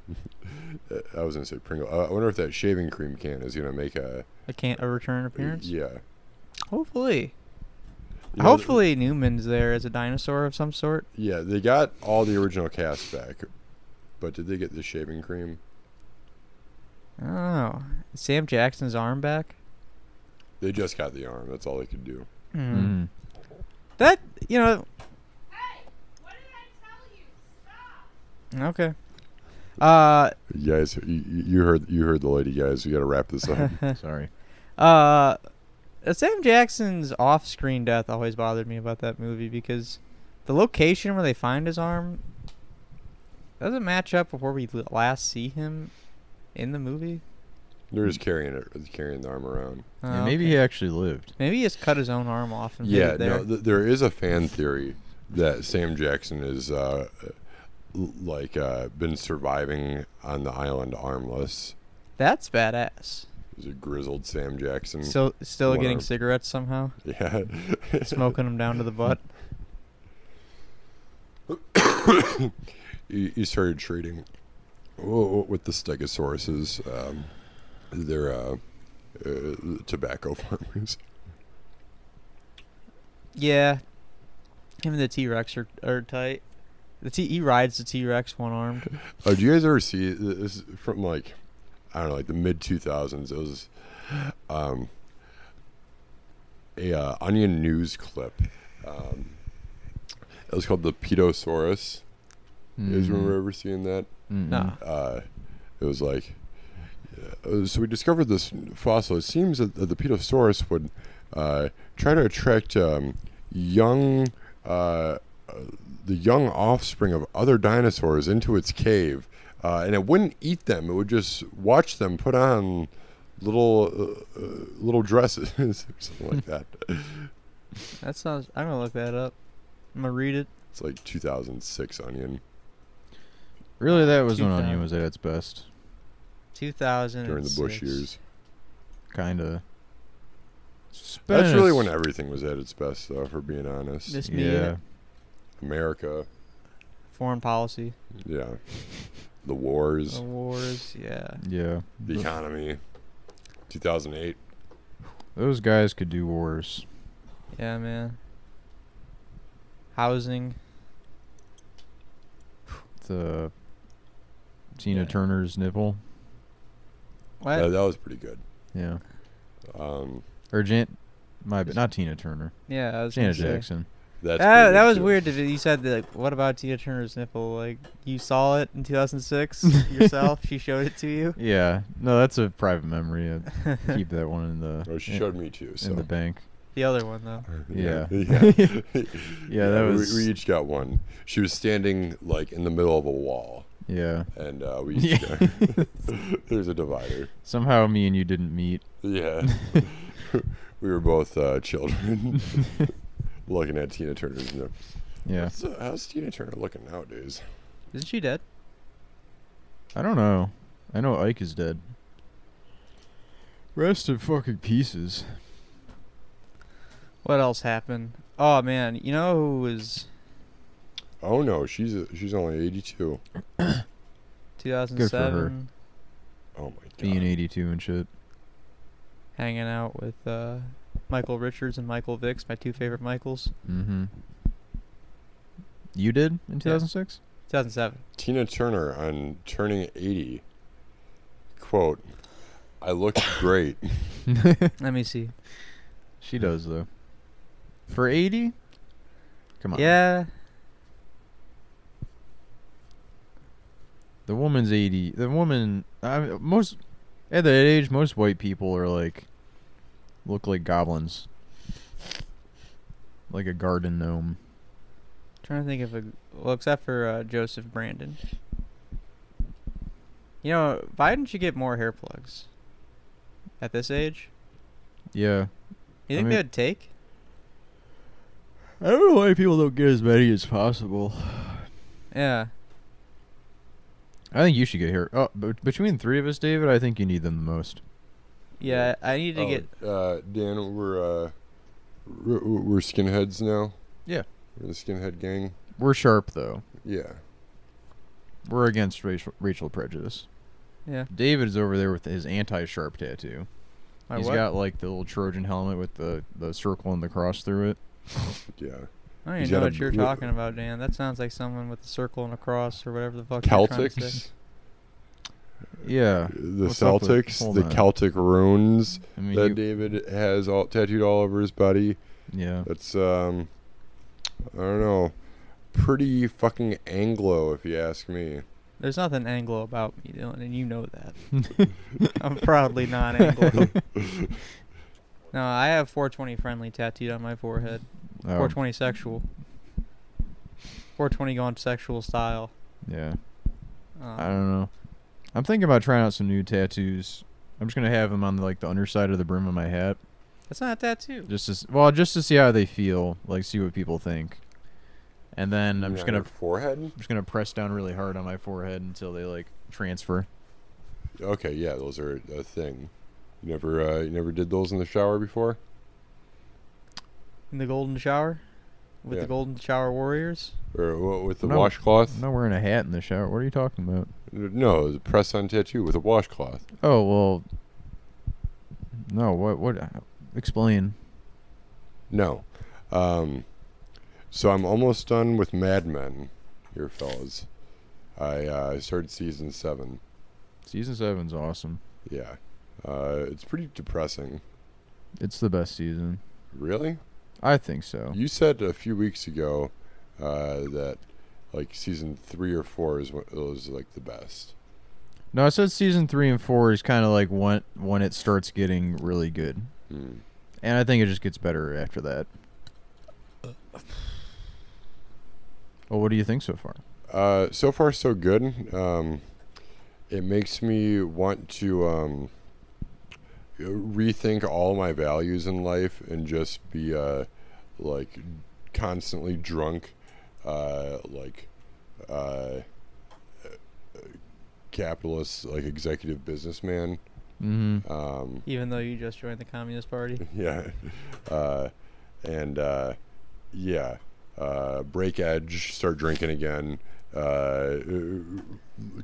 Speaker 4: I was gonna say Pringle. Uh, I I wonder if that shaving cream can is gonna make a
Speaker 3: I can't a return appearance.
Speaker 4: yeah.
Speaker 3: Hopefully,
Speaker 4: You know,
Speaker 3: hopefully Newman's there as a dinosaur of some sort.
Speaker 4: yeah, they got all the original cast back, but did they get the shaving cream?
Speaker 3: Oh, is Sam Jackson's arm back.
Speaker 4: They just got the arm. That's all they could do.
Speaker 3: Hmm.
Speaker 2: Mhm.
Speaker 3: That you know.
Speaker 6: What did I tell you? Stop!
Speaker 3: Okay. Uh,
Speaker 4: You guys, you, you you heard you heard the lady, guys. We got to wrap this up.
Speaker 2: Sorry.
Speaker 3: Uh, Sam Jackson's off-screen death always bothered me about that movie because the location where they find his arm doesn't match up with where we l- last see him in the movie.
Speaker 4: They're just carrying it, carrying the arm around.
Speaker 2: Yeah,
Speaker 3: Oh,
Speaker 2: maybe
Speaker 3: okay.
Speaker 2: he uh, actually lived.
Speaker 3: maybe he just cut his own arm off and hid
Speaker 4: Yeah,
Speaker 3: it there.
Speaker 4: no, th- there is a fan theory that Sam Jackson is uh, l- like uh, been surviving on the island armless.
Speaker 3: That's badass.
Speaker 4: He's a grizzled Sam Jackson.
Speaker 3: Still, still
Speaker 4: One
Speaker 3: getting
Speaker 4: arm.
Speaker 3: cigarettes somehow,
Speaker 4: yeah,
Speaker 3: smoking them down to the butt.
Speaker 4: he, he started trading oh, with the stegosauruses. Um, they're uh, uh, tobacco farmers.
Speaker 3: Yeah, him and the T Rex are, are tight. The T he rides the T Rex one armed.
Speaker 4: Oh, do you guys ever see this is from like I don't know, like the mid two thousands? It was um, a uh, Onion News clip. Um, it was called the Pedosaurus. You
Speaker 2: Mm-hmm.
Speaker 4: guys remember ever seeing that?
Speaker 2: Mm-mm.
Speaker 3: Nah.
Speaker 4: uh, it was like uh, so we discovered this fossil. It seems that, that the Petosaurus would uh, try to attract um, young uh, uh, the young offspring of other dinosaurs into its cave, uh, and it wouldn't eat them. It would just watch them put on little uh, uh, little dresses or something like that.
Speaker 3: That sounds. I'm gonna look that up. I'm gonna read it.
Speaker 4: It's like 2006 Onion
Speaker 2: Really, that was when
Speaker 3: 2000.
Speaker 2: Onion was at its best.
Speaker 3: 2000
Speaker 4: during the Bush years.
Speaker 2: Kinda.
Speaker 4: That's really when
Speaker 2: Spanish.
Speaker 4: everything was at its best, though. For being honest,
Speaker 3: This me
Speaker 2: Yeah.
Speaker 4: America.
Speaker 3: foreign policy,
Speaker 4: Yeah. The wars,
Speaker 3: the wars, yeah.
Speaker 2: Yeah.
Speaker 4: the economy. 2008.
Speaker 2: Those guys could do wars.
Speaker 3: Yeah, man. Housing.
Speaker 2: The Tina
Speaker 3: Yeah.
Speaker 2: Turner's nipple.
Speaker 3: What?
Speaker 4: That, that was pretty good.
Speaker 2: Yeah.
Speaker 4: Um,
Speaker 2: Or Jan- my bad, not Tina Turner.
Speaker 3: yeah, I was gonna
Speaker 2: Janet
Speaker 3: say.
Speaker 2: Jackson.
Speaker 3: That,
Speaker 4: that's pretty
Speaker 3: that
Speaker 4: good,
Speaker 3: was
Speaker 4: too.
Speaker 3: weird. That you said that. Like, what about Tina Turner's nipple? Like, you saw it in 2006 yourself. She showed it to you.
Speaker 2: Yeah. No, that's a private memory. I keep that one in the
Speaker 4: Oh, she
Speaker 2: in,
Speaker 4: showed me too. So.
Speaker 2: in the bank.
Speaker 3: The other one though.
Speaker 2: Yeah.
Speaker 4: Yeah.
Speaker 2: Yeah, that
Speaker 4: we-
Speaker 2: was
Speaker 4: We, each got one. She was standing like in the middle of a wall,
Speaker 2: Yeah.
Speaker 4: and uh, we. Each
Speaker 2: Yeah.
Speaker 4: got- there's a divider.
Speaker 2: Somehow me and you didn't meet.
Speaker 4: Yeah. we were both uh, children, looking at Tina Turner's. nip.
Speaker 2: Yeah.
Speaker 4: What's, uh, how's Tina Turner looking nowadays?
Speaker 3: Isn't she dead?
Speaker 2: I don't know. I know Ike is dead. Rest in fucking pieces.
Speaker 3: What else happened? Oh man, you know who was?
Speaker 4: Oh no, she's she's only 82.
Speaker 3: 2007.
Speaker 4: Oh my god.
Speaker 2: Being 82 and shit.
Speaker 3: Hanging out with uh, Michael Richards and Michael Vicks, my two favorite Michaels.
Speaker 2: Mm-hmm. You did in 2006?
Speaker 3: 2007.
Speaker 4: Tina Turner on turning 80. Quote, I looked great.
Speaker 3: Let me see.
Speaker 2: She does though. For 80? Come on.
Speaker 3: Yeah,
Speaker 2: The woman's 80. The woman I mean, most at that age most white people are like look like goblins. Like a garden gnome.
Speaker 3: trying to think of a well, except for uh, Joseph Brandon. You know, Biden should get more hair plugs. At this age,
Speaker 2: Yeah. I
Speaker 3: you think
Speaker 2: mean-
Speaker 3: they would take?
Speaker 2: I don't know why people don't get as many as possible.
Speaker 3: Yeah.
Speaker 2: I think you should get here. Oh, but between the three of us, David, I think you need them the most.
Speaker 3: Yeah, I need to
Speaker 4: Oh,
Speaker 3: get.
Speaker 4: uh, Dan, we're, uh, we're, we're skinheads now.
Speaker 2: Yeah.
Speaker 4: We're the skinhead gang.
Speaker 2: We're sharp though.
Speaker 4: Yeah.
Speaker 2: We're against racial, racial prejudice.
Speaker 3: Yeah.
Speaker 2: David's over there with his anti-sharp tattoo.
Speaker 3: My
Speaker 2: He's
Speaker 3: what?
Speaker 2: got like the little Trojan helmet with the, the circle and the cross through it.
Speaker 4: Yeah.
Speaker 3: I don't
Speaker 4: he's
Speaker 3: even know
Speaker 4: got a
Speaker 3: what you're
Speaker 4: blue-
Speaker 3: talking about, Dan. That sounds like someone with a circle and a cross or whatever the fuck. you're trying to say.
Speaker 4: Celtics.
Speaker 2: Yeah.
Speaker 4: The
Speaker 2: What's up with-
Speaker 4: Celtics.
Speaker 2: hold
Speaker 4: The
Speaker 2: on.
Speaker 4: Celtic runes
Speaker 2: I mean,
Speaker 4: that
Speaker 2: you-
Speaker 4: David has all tattooed all over his body.
Speaker 2: yeah.
Speaker 4: That's, um, I don't know, pretty fucking Anglo, if you ask me.
Speaker 3: There's nothing Anglo about me, Dylan, and you know that. I'm proudly non-Anglo. no, I have 420 friendly tattooed on my forehead.
Speaker 2: Oh,
Speaker 3: 420 sexual. 420 gone sexual style.
Speaker 2: yeah. I
Speaker 3: Um,
Speaker 2: don't know. I'm thinking about trying out some new tattoos. I'm just gonna have them on like the underside of the brim of my hat,
Speaker 3: that's not a tattoo.
Speaker 2: just to s- well, just to see how they feel, like see what people think, and then I'm just
Speaker 4: On your
Speaker 2: gonna
Speaker 4: forehead.
Speaker 2: I'm just gonna press down really hard on my forehead until they like transfer.
Speaker 4: Okay, yeah, those are a thing. You never, uh, you never did those in the shower before.
Speaker 3: In the golden shower, with
Speaker 4: Yeah.
Speaker 3: the golden shower warriors.
Speaker 4: Or what, with the
Speaker 2: No.
Speaker 4: washcloth?
Speaker 2: I'm not wearing a hat in the shower. What are you talking about?
Speaker 4: No, the press-on tattoo with a washcloth.
Speaker 2: Oh well. No. What? What? Explain.
Speaker 4: No. Um, so I'm almost done with Mad Men, here, fellas. I uh, started season seven.
Speaker 2: Season seven's awesome.
Speaker 4: Yeah, uh, it's pretty depressing.
Speaker 2: It's the best season.
Speaker 4: Really?
Speaker 2: I think so.
Speaker 4: You said a few weeks ago uh, that like season three or four is what was like the best.
Speaker 2: No, I said season three and four is kind of like when when it starts getting really good,
Speaker 4: Hmm.
Speaker 2: and I think it just gets better after that. Well, what do you think so far?
Speaker 4: Uh, so far, so good. Um, it makes me want to um, rethink all my values in life and just be uh, like constantly drunk, uh, like uh, capitalist, like executive businessman.
Speaker 2: Mm-hmm.
Speaker 4: Um,
Speaker 3: Even though you just joined the Communist Party.
Speaker 4: yeah. Uh, and uh, yeah, uh, break edge, start drinking again, uh,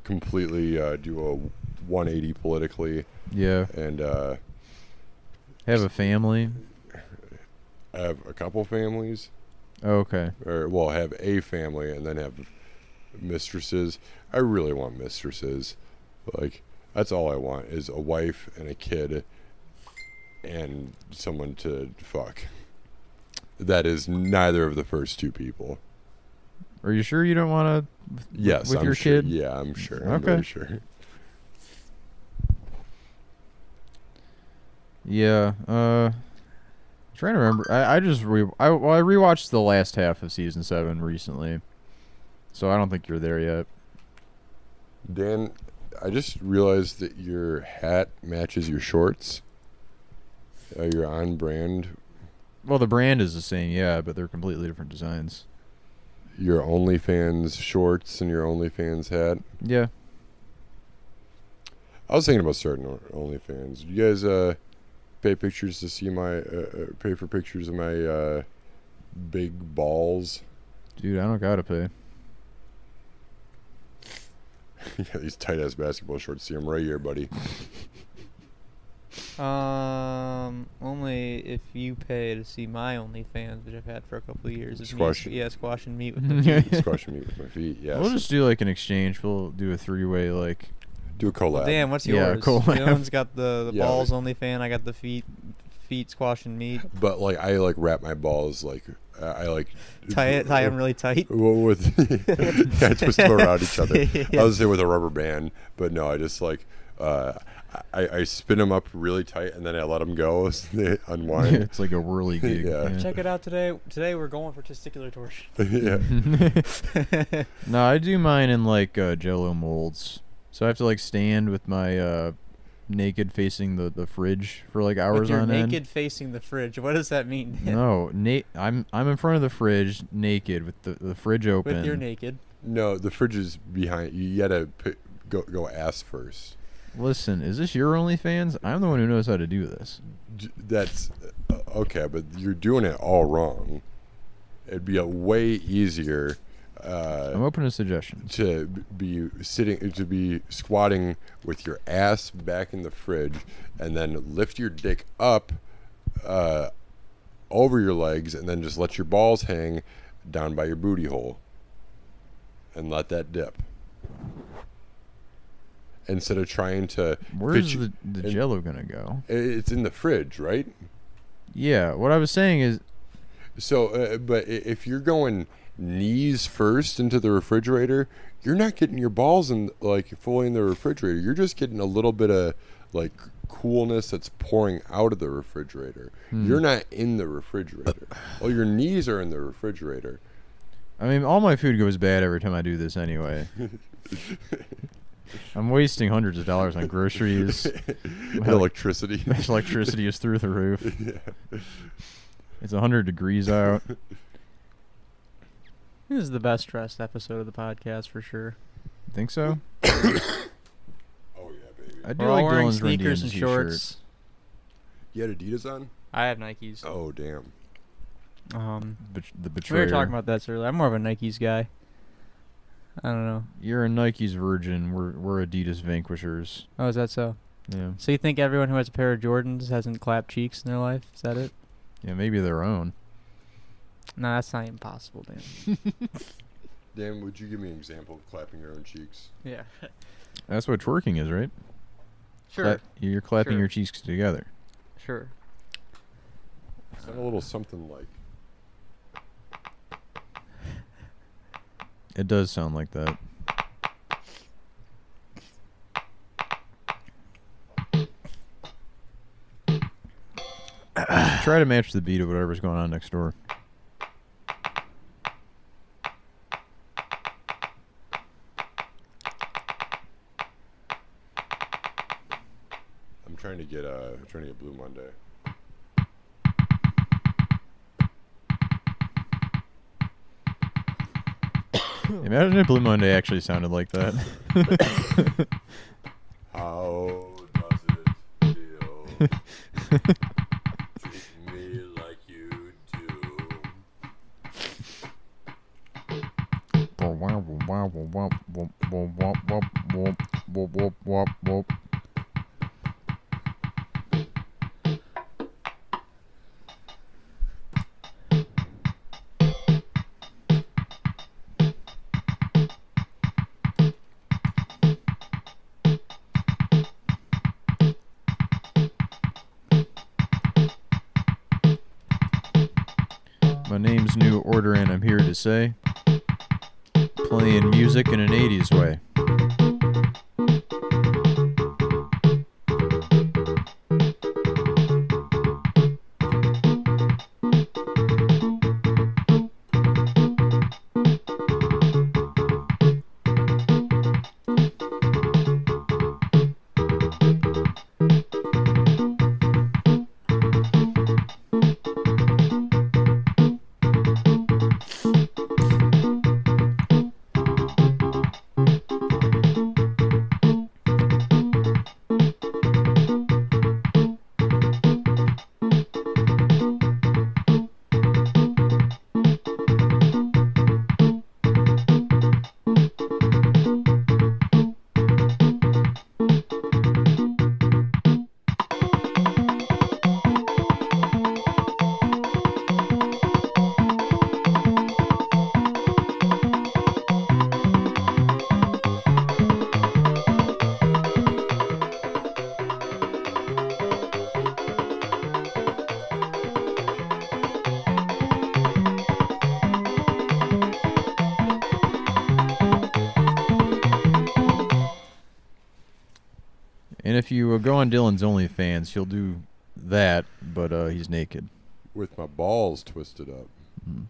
Speaker 4: completely uh, do a 180 politically,
Speaker 2: Yeah,
Speaker 4: and uh,
Speaker 2: have a family.
Speaker 4: I have a couple families,
Speaker 2: Okay,
Speaker 4: or well, have a family, and then have mistresses. I really want mistresses. Like that's all I want is a wife and a kid and someone to fuck. That is neither of the first two people.
Speaker 2: are you sure you don't want
Speaker 4: Yes,
Speaker 2: With
Speaker 4: I'm
Speaker 2: your
Speaker 4: sure.
Speaker 2: kid?
Speaker 4: Yeah, I'm sure. I'm
Speaker 2: Okay.
Speaker 4: very sure.
Speaker 2: to? Yeah. Uh, trying to remember. I, I just re I well, I rewatched the last half of season seven recently, so I don't think you're there yet.
Speaker 4: Dan, I just realized that your hat matches your shorts. Uh, you're on brand.
Speaker 2: Well, the brand is the same, yeah, but they're completely different designs.
Speaker 4: Your OnlyFans shorts and your OnlyFans hat.
Speaker 2: Yeah.
Speaker 4: I was thinking about starting on- OnlyFans. You guys uh, pay pictures to see my uh, uh, pay for pictures of my uh, big balls.
Speaker 2: Dude, I don't gotta pay.
Speaker 4: You got these tight ass basketball shorts. See them right here, buddy.
Speaker 3: Um, only if you pay to see my OnlyFans, which I've had for a couple of years. It's me-
Speaker 4: Squash.
Speaker 3: yeah, squash and meat with the
Speaker 4: Squashing me with my feet. Yes.
Speaker 2: We'll just do like an exchange. We'll do a three-way like.
Speaker 4: do a collab.
Speaker 3: Damn, what's
Speaker 2: Yeah,
Speaker 3: yours?
Speaker 2: cool.
Speaker 3: Dylan's got the, the
Speaker 4: Yeah.
Speaker 3: balls only fan. I got the feet, feet squash and meat.
Speaker 4: But like, I like wrap my balls like I, I like
Speaker 3: Tie it, tie them really tight.
Speaker 4: Well, with yeah, twist them around each other.
Speaker 3: Yeah.
Speaker 4: I was there with a rubber band, but no, I just like uh, I, I spin them up really tight and then I let them go. So they unwind.
Speaker 2: it's like a whirly gig.
Speaker 4: Yeah.
Speaker 3: Check it out today. Today we're going for testicular torsion.
Speaker 4: yeah.
Speaker 2: No, I do mine in like uh, Jello molds. So I have to like stand with my uh, naked facing the, the fridge for like hours
Speaker 3: With your
Speaker 2: on
Speaker 3: naked facing the fridge. What does that mean?
Speaker 2: end. No, na- I'm I'm in front of the fridge naked with the, the fridge open.
Speaker 3: With your naked.
Speaker 4: No, the fridge is behind. You gotta put, go go ass first.
Speaker 2: Listen, is this your OnlyFans? I'm the one who knows how to do this.
Speaker 4: J- That's uh, okay, but you're doing it all wrong. It'd be a way easier. Uh,
Speaker 2: I'm open to suggestions.
Speaker 4: to be sitting to be squatting with your ass back in the fridge and then lift your dick up uh, over your legs and then just let your balls hang down by your booty hole and let that dip instead of trying to
Speaker 2: Where's
Speaker 4: fit you-
Speaker 2: the, the
Speaker 4: and-
Speaker 2: Jello gonna go?
Speaker 4: i- it's in the fridge right
Speaker 2: Yeah, what I was saying is
Speaker 4: so uh, but i- if you're going knees first into the refrigerator you're not getting your balls in like fully in the refrigerator you're just getting a little bit of like coolness that's pouring out of the refrigerator
Speaker 2: Hmm.
Speaker 4: you're not in the refrigerator
Speaker 2: Uh.
Speaker 4: well your knees are in the refrigerator
Speaker 2: I mean, all my food goes bad every time I do this anyway. I'm wasting hundreds of dollars on groceries.
Speaker 4: And electricity
Speaker 2: Electricity is through the roof. It's 100 degrees out.
Speaker 4: Oh,
Speaker 3: This is the best dressed episode of the podcast for sure.
Speaker 2: Think so?
Speaker 4: oh yeah baby
Speaker 2: I do
Speaker 3: We're all
Speaker 2: like
Speaker 3: wearing
Speaker 2: Dylan's Run
Speaker 3: sneakers and
Speaker 2: DMC
Speaker 3: shorts.
Speaker 2: shirt.
Speaker 4: you had adidas on
Speaker 3: I have Nikes.
Speaker 4: oh damn
Speaker 2: Oh.
Speaker 3: Um,
Speaker 2: Bet- the
Speaker 3: we
Speaker 2: betrayer.
Speaker 3: were talking about this earlier. I'm more of a Nikes guy. I don't know.
Speaker 2: You're a Nike's virgin. We're we're Adidas vanquishers.
Speaker 3: Oh, is that so?
Speaker 2: Yeah,
Speaker 3: So you think everyone who has a pair of Jordans hasn't clapped cheeks in their life? Is that it?
Speaker 2: yeah, maybe their own.
Speaker 3: No, that's not impossible, Dan.
Speaker 4: damn would you give me an example of clapping your own cheeks
Speaker 3: Yeah.
Speaker 2: That's what twerking is, right?
Speaker 3: Sure.
Speaker 2: Cla- you're clapping
Speaker 3: Sure.
Speaker 2: your cheeks together.
Speaker 3: Sure.
Speaker 4: Sound a little something like
Speaker 2: It does sound like that. Try to match the beat of whatever's going on next door.
Speaker 4: i'm trying to get uh trying to get blue monday
Speaker 2: Imagine if Blue Monday actually sounded like that.
Speaker 4: How does it feel? Treat me like you do.
Speaker 2: My name's New Order, and I'm here to say, playing music in an '80s way. And if you uh, go on Dylan's OnlyFans, he'll do that, but uh, he's naked.
Speaker 4: with my balls twisted up.
Speaker 2: Mm.